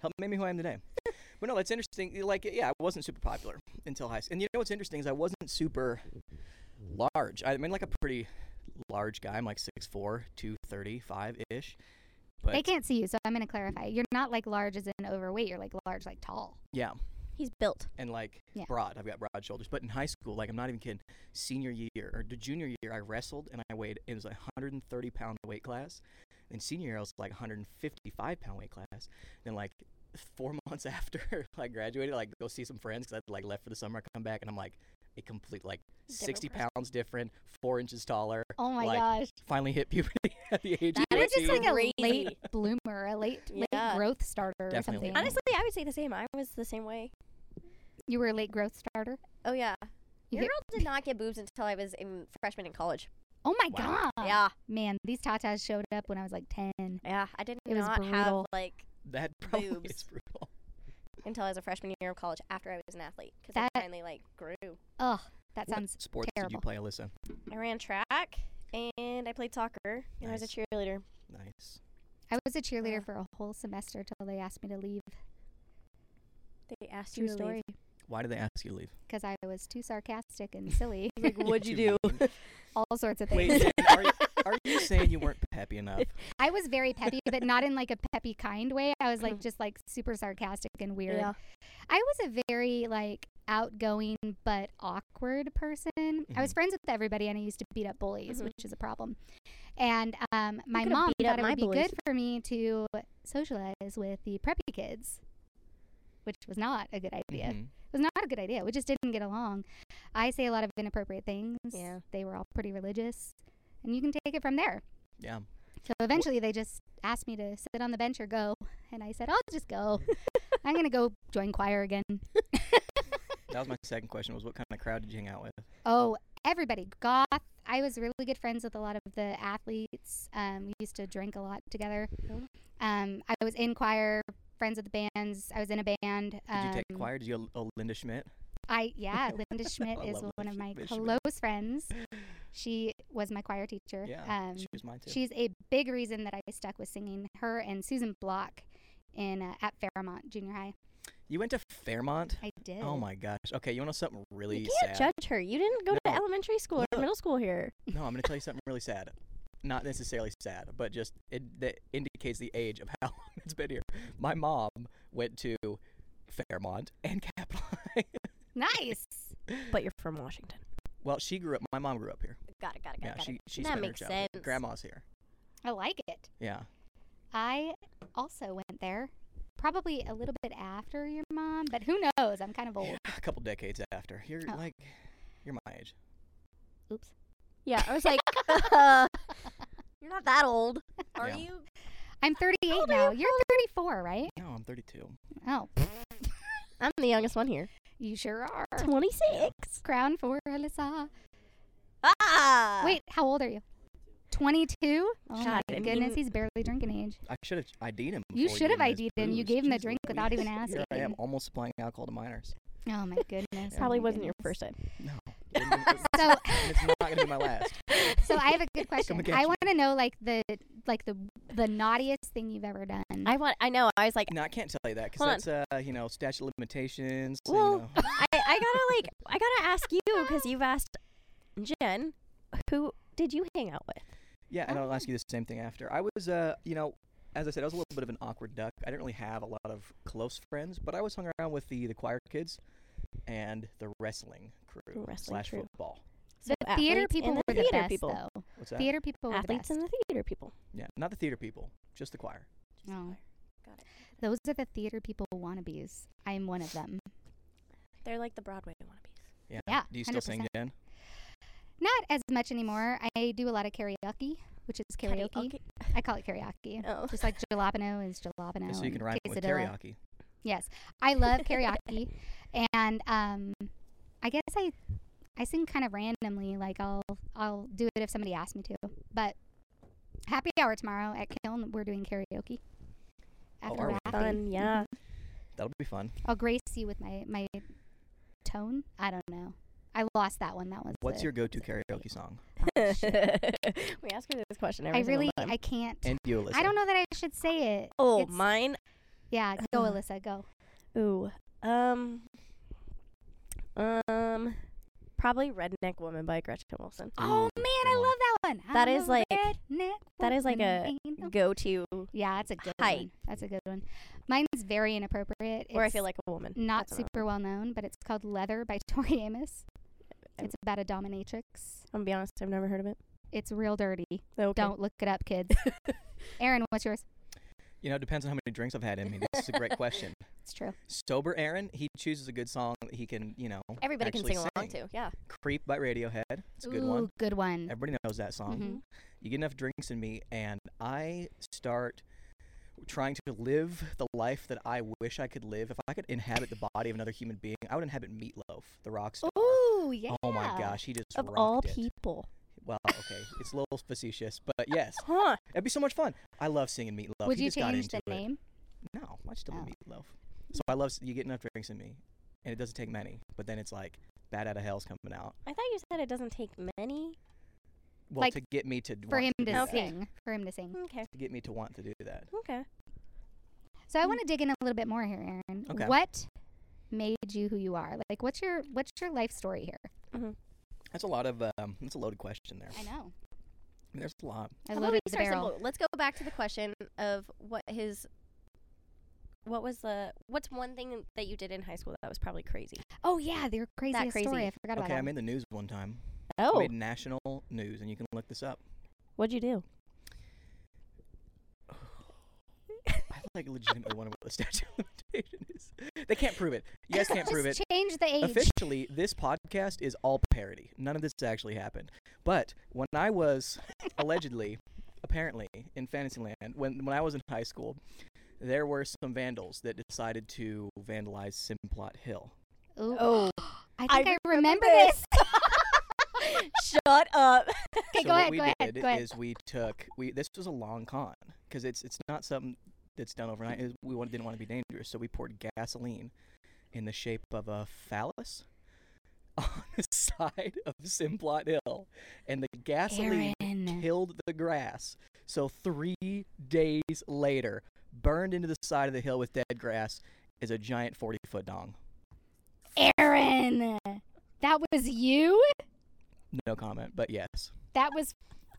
Speaker 3: helped made me who I am today. But no, that's interesting. Like, yeah, I wasn't super popular until high school. And you know what's interesting is I wasn't super large. I mean, like a pretty large guy. I'm like 6'4", 235 ish. But
Speaker 1: They can't see you, so I'm going to clarify. You're not like large as in overweight. You're like large, like tall.
Speaker 3: yeah,
Speaker 2: He's built.
Speaker 3: and like
Speaker 1: Yeah.
Speaker 3: broad. I've got broad shoulders. But in high school, like I'm not even kidding. Senior year or the junior year, I wrestled and I weighed. It was a 130 pound weight class. Then senior year, I was like 155 pound weight class. Then like four months after I graduated, like go see some friends because I like left for the summer. I come back and I'm like a complete like 60
Speaker 2: person.
Speaker 3: pounds different, four inches taller.
Speaker 1: Oh my
Speaker 3: Like,
Speaker 1: gosh.
Speaker 3: Finally hit puberty at the age. of
Speaker 2: That
Speaker 1: You're
Speaker 2: is
Speaker 1: just like
Speaker 3: 18.
Speaker 1: a
Speaker 2: crazy.
Speaker 1: late bloomer, a late, late
Speaker 2: Yeah.
Speaker 1: growth starter or
Speaker 3: Definitely.
Speaker 1: something.
Speaker 2: Honestly, I would say the same. I was the same way.
Speaker 1: You were a late growth starter.
Speaker 2: Oh yeah.
Speaker 1: You
Speaker 2: Your
Speaker 1: get-
Speaker 2: girl did not get boobs until I was in freshman in college.
Speaker 1: Oh my
Speaker 3: Wow.
Speaker 1: god.
Speaker 2: yeah,
Speaker 1: Man, these tatas showed up when I was like 10.
Speaker 2: yeah. I did
Speaker 1: It was
Speaker 2: not have
Speaker 1: brutal.
Speaker 2: like
Speaker 3: that probably
Speaker 2: boobs.
Speaker 3: is brutal.
Speaker 2: until I was a freshman year of college after I was an athlete because
Speaker 1: That-
Speaker 2: I finally like grew.
Speaker 1: Ugh, that
Speaker 3: What
Speaker 1: sounds
Speaker 3: sports did
Speaker 1: terrible.
Speaker 3: you play, Alyssa?
Speaker 2: I ran track and I played soccer and I was a
Speaker 3: Nice.
Speaker 2: cheerleader.
Speaker 3: Nice.
Speaker 1: I was a cheerleader
Speaker 2: Ugh.
Speaker 1: for a whole semester till they asked me to leave.
Speaker 2: They asked
Speaker 1: True
Speaker 2: you to
Speaker 1: story.
Speaker 2: leave.
Speaker 3: Why did they ask you to leave?
Speaker 1: Because I was too sarcastic and silly.
Speaker 2: Like, what'd
Speaker 3: You
Speaker 2: you do?
Speaker 1: all sorts of
Speaker 3: Wait,
Speaker 1: things.
Speaker 3: Jen, are, you, are you saying you weren't peppy enough?
Speaker 1: I was very peppy, but not in like a peppy kind way. I was like just like super sarcastic and weird.
Speaker 2: Yeah.
Speaker 1: I was a very like outgoing but awkward person.
Speaker 2: Mm-hmm.
Speaker 1: I was
Speaker 3: Mhm.
Speaker 1: friends with everybody, and I used to beat up bullies,
Speaker 2: Mhm.
Speaker 1: which is a problem. And um, my
Speaker 2: could've
Speaker 1: mom
Speaker 2: beat up
Speaker 1: thought it
Speaker 2: my
Speaker 1: would be
Speaker 2: bullies.
Speaker 1: good for me to socialize with the preppy kids, which was not a good idea.
Speaker 2: Mm-hmm.
Speaker 3: Mhm.
Speaker 1: It was not a good idea. We just didn't get along. I say a lot of inappropriate things.
Speaker 2: Yeah.
Speaker 1: They were all pretty religious, and you can take it from there.
Speaker 3: Yeah.
Speaker 1: So eventually they just asked me to sit on the bench or go. And I said, I'll just
Speaker 2: Oh.
Speaker 1: go. I'm going to go join choir again.
Speaker 3: That was my second question was what kind of crowd did you hang out with?
Speaker 1: Oh, everybody. Goth. I was really good friends with a lot of the athletes. Um, we used to drink a lot together.
Speaker 2: Oh.
Speaker 1: Um, I was in choir, friends with the bands. I was in a band.
Speaker 3: Did you take
Speaker 1: um,
Speaker 3: choir? Did you go L- oh, Linda Schmidt?
Speaker 1: I yeah, Linda Schmidt
Speaker 3: I
Speaker 1: is
Speaker 3: love
Speaker 1: one of my
Speaker 3: Linda Schmidt.
Speaker 1: close friends. She was my choir teacher.
Speaker 3: Yeah.
Speaker 1: um,
Speaker 3: she was mine too.
Speaker 1: She's a big reason that I stuck with singing. Her and Susan Block in uh, at Fairmont Junior High.
Speaker 3: you went to Fairmont?
Speaker 1: I did.
Speaker 3: Oh my gosh. Okay, you want to know something really
Speaker 2: you can't
Speaker 3: sad?
Speaker 2: judge her. You didn't go
Speaker 3: No.
Speaker 2: to elementary school
Speaker 3: Look.
Speaker 2: or middle school here.
Speaker 3: no, I'm going to tell you something really sad. Not necessarily sad, but just it that indicates the age of how long it's been here. My mom went to Fairmont and Capitol High.
Speaker 1: Nice.
Speaker 2: But you're from Washington.
Speaker 3: well, she grew up. My mom grew up here.
Speaker 2: Got it. Got it. Got
Speaker 3: Yeah,
Speaker 2: it. Got
Speaker 3: she
Speaker 2: it.
Speaker 3: she
Speaker 2: That
Speaker 3: spent
Speaker 2: makes
Speaker 3: her childhood.
Speaker 2: sense.
Speaker 3: Grandma's here.
Speaker 1: I like it.
Speaker 3: Yeah.
Speaker 1: I also went there, probably a little bit after your mom, but who knows? I'm kind of old.
Speaker 3: Oh, A couple decades after. You're
Speaker 1: Oh.
Speaker 3: like you're my age.
Speaker 1: Oops.
Speaker 2: Yeah, I was like, uh, you're not that old, are
Speaker 3: Yeah.
Speaker 2: you?
Speaker 1: I'm 38
Speaker 2: old are
Speaker 1: now.
Speaker 2: you?
Speaker 1: You're 34, right?
Speaker 3: No, I'm 32.
Speaker 1: Oh,
Speaker 2: I'm the youngest one here.
Speaker 1: you sure are.
Speaker 2: 26.
Speaker 1: Crown for Alyssa.
Speaker 2: Ah.
Speaker 1: Wait, how old are you? 22? Oh my
Speaker 2: God, I mean-
Speaker 1: goodness, he's barely drinking age.
Speaker 3: I should have ID'd him.
Speaker 1: You
Speaker 3: before
Speaker 1: should have
Speaker 3: gave his
Speaker 1: ID'd him. You
Speaker 3: booze.
Speaker 1: gave him the
Speaker 3: Jeez
Speaker 1: drink without even
Speaker 3: Louise. Here I am
Speaker 1: asking.
Speaker 3: almost supplying alcohol to minors.
Speaker 1: Oh my goodness. oh
Speaker 2: Probably
Speaker 1: my
Speaker 2: wasn't your
Speaker 1: goodness.
Speaker 2: first time.
Speaker 3: No. Didn't even- it's-
Speaker 1: So,
Speaker 3: and it's not going to be my last.
Speaker 1: so I have a good question.
Speaker 3: get
Speaker 1: I
Speaker 3: you.
Speaker 1: want to know like the like the the naughtiest thing you've ever done.
Speaker 2: I want. I know. I was like,
Speaker 3: No, I can't tell you that
Speaker 2: Hold on.
Speaker 3: because that's, uh, you know, statute of limitations. so,
Speaker 2: Well,
Speaker 3: you know.
Speaker 2: I, I gotta like, I gotta ask you because you've asked Jen, who did you hang out with?
Speaker 3: yeah, and I'll ask you the same thing after. I was, uh, you know, as I said, I was a little bit of an awkward duck. I didn't really have a lot of close friends, but I always hung around with the, the choir kids and the wrestling crew
Speaker 2: Wrestling
Speaker 3: slash
Speaker 2: crew.
Speaker 3: football.
Speaker 1: the theater
Speaker 2: athletes
Speaker 1: people
Speaker 2: and
Speaker 1: were the
Speaker 2: the theater
Speaker 1: best,
Speaker 2: people.
Speaker 1: though.
Speaker 3: What's that?
Speaker 1: Theater people were
Speaker 2: Athletes
Speaker 1: the best.
Speaker 2: and the theater people.
Speaker 3: Yeah, not the theater people, just the choir.
Speaker 1: No.
Speaker 2: Got it.
Speaker 1: Those are the theater people wannabes. I'm one of them.
Speaker 2: They're like the Broadway wannabes.
Speaker 3: Yeah.
Speaker 1: Yeah,
Speaker 3: Do you still sing,
Speaker 1: 100%.
Speaker 3: Jen?
Speaker 1: Not as much anymore. I do a lot of karaoke, which is karaoke. I call it karaoke.
Speaker 2: Oh.
Speaker 1: Just like jalapeno is jalapeno.
Speaker 3: Yeah, so you
Speaker 1: and
Speaker 3: can rhyme it with
Speaker 1: quesadilla.
Speaker 3: karaoke.
Speaker 1: Yes, I love karaoke, and um, I guess I I sing kind of randomly. Like I'll I'll do it if somebody asks me to. But happy hour tomorrow at Kiln. We're doing karaoke.
Speaker 3: Oh,
Speaker 1: After
Speaker 3: are we?
Speaker 1: rapping.
Speaker 2: Fun, yeah.
Speaker 3: That'll be fun.
Speaker 1: I'll grace you with my my tone. I don't know. I lost that one. That was.
Speaker 3: What's
Speaker 1: the-
Speaker 3: your go-to
Speaker 1: that's a great-
Speaker 3: karaoke song?
Speaker 2: we ask her this question every
Speaker 1: I
Speaker 2: single
Speaker 1: really
Speaker 2: time.
Speaker 1: I can't.
Speaker 3: And you, Alyssa.
Speaker 1: I don't know that I should say it.
Speaker 2: oh,
Speaker 1: it's-
Speaker 2: mine.
Speaker 1: Yeah, go
Speaker 2: Uh,
Speaker 1: Alyssa, go.
Speaker 2: Ooh. Um. Um. Probably Redneck Woman by Gretchen Wilson.
Speaker 1: Oh man, I
Speaker 3: one.
Speaker 1: love that one. I
Speaker 2: That is
Speaker 1: love
Speaker 2: like-
Speaker 1: redneck
Speaker 2: that is like
Speaker 1: woman,
Speaker 2: a
Speaker 1: ain't no-
Speaker 2: Go to
Speaker 1: yeah. That's a good
Speaker 2: hike.
Speaker 1: one. That's a good one. Mine's very inappropriate.
Speaker 2: where I feel
Speaker 1: It's
Speaker 2: like a woman.
Speaker 1: not
Speaker 2: That's another
Speaker 1: super well known, but it's called Leather by Tori Amos.
Speaker 2: Um,
Speaker 1: It's about a dominatrix.
Speaker 2: one. I'm gonna be honest, I've never heard of it.
Speaker 1: It's real dirty.
Speaker 2: Okay.
Speaker 1: Don't look it up, kids. Aaron, what's yours?
Speaker 3: You know, it depends on how many drinks I've had in me. This is a great question.
Speaker 1: It's true.
Speaker 3: Sober Aaron, he chooses a good song that he can, you know,
Speaker 2: Everybody can
Speaker 3: actually
Speaker 2: sing along
Speaker 3: sing.
Speaker 2: to. Yeah.
Speaker 3: Creep by Radiohead. It's a good
Speaker 1: Ooh,
Speaker 3: one.
Speaker 1: good one.
Speaker 3: Everybody knows that song.
Speaker 2: Mm-hmm.
Speaker 1: Mhm.
Speaker 3: You get enough drinks in me, and I start trying to live the life that I wish I could live. If I could inhabit the body of another human being, I would inhabit Meatloaf, the rock star.
Speaker 1: Ooh, yeah.
Speaker 3: Oh my gosh, he just
Speaker 2: Mm-hmm. Of
Speaker 3: rocked
Speaker 2: all
Speaker 3: it.
Speaker 2: people.
Speaker 3: Well, okay, it's a little facetious, but yes,
Speaker 2: Huh.
Speaker 3: it'd be so much fun. I love singing Meatloaf.
Speaker 1: Would
Speaker 3: he
Speaker 1: you
Speaker 3: just got
Speaker 1: change
Speaker 3: into
Speaker 1: the
Speaker 3: it.
Speaker 1: name?
Speaker 3: No, I just love
Speaker 1: Oh.
Speaker 3: Meatloaf. So I love s- you get enough drinks in me, and it doesn't take many. But then it's like Bad Out of Hell's coming out.
Speaker 2: I thought you said it doesn't take many.
Speaker 3: Well,
Speaker 1: Like,
Speaker 3: to get me to
Speaker 1: For
Speaker 3: want
Speaker 1: him
Speaker 3: to
Speaker 1: to
Speaker 3: do that.
Speaker 1: sing. For him to sing.
Speaker 2: Okay.
Speaker 3: To get me to want to do that.
Speaker 2: Okay.
Speaker 1: So I want to dig in a little bit more here, Aaron.
Speaker 3: Okay.
Speaker 1: What made you who you are? Like, what's your what's your life story here?
Speaker 2: Mm-hmm.
Speaker 3: That's a lot of um, that's a loaded question there.
Speaker 1: I know.
Speaker 3: There's a lot.
Speaker 1: I
Speaker 2: How about
Speaker 1: loaded
Speaker 2: we
Speaker 1: the
Speaker 2: start
Speaker 1: barrel.
Speaker 2: simple? Let's go back to the question of what his what was the what's one thing that you did in high school that was probably crazy?
Speaker 1: Oh yeah, your crazy,
Speaker 2: crazy.
Speaker 1: story. I forgot about
Speaker 3: Okay,
Speaker 1: that.
Speaker 3: I made the news one time. I
Speaker 2: Oh,
Speaker 3: made national news, and you can look this up.
Speaker 2: what'd you do?
Speaker 3: I like legitimately wonder what the statute of limitation is. They can't prove it. You guys can't
Speaker 1: Just
Speaker 3: prove it.
Speaker 1: change the age.
Speaker 3: Officially, this podcast is all parody. None of this actually happened. But when I was allegedly, apparently, in Fantasyland, when when I was in high school, there were some vandals that decided to vandalize Simplot Hill.
Speaker 1: Ooh.
Speaker 2: Oh,
Speaker 1: I think I, remember
Speaker 2: remember
Speaker 1: this.
Speaker 2: Shut up.
Speaker 1: Okay,
Speaker 3: so
Speaker 1: go
Speaker 3: what
Speaker 1: ahead,
Speaker 3: we
Speaker 1: go ahead,
Speaker 3: did
Speaker 1: go ahead.
Speaker 3: is we took we this was a long con because it's it's not something that's done overnight. It- We want, didn't want to be dangerous, so we poured gasoline in the shape of a phallus on the side of Simplot Hill, and the gasoline
Speaker 1: Aaron.
Speaker 3: killed the grass. So three days later, burned into the side of the hill with dead grass is a giant forty foot dong.
Speaker 1: Aaron. That was you?
Speaker 3: No comment, but yes,
Speaker 1: That was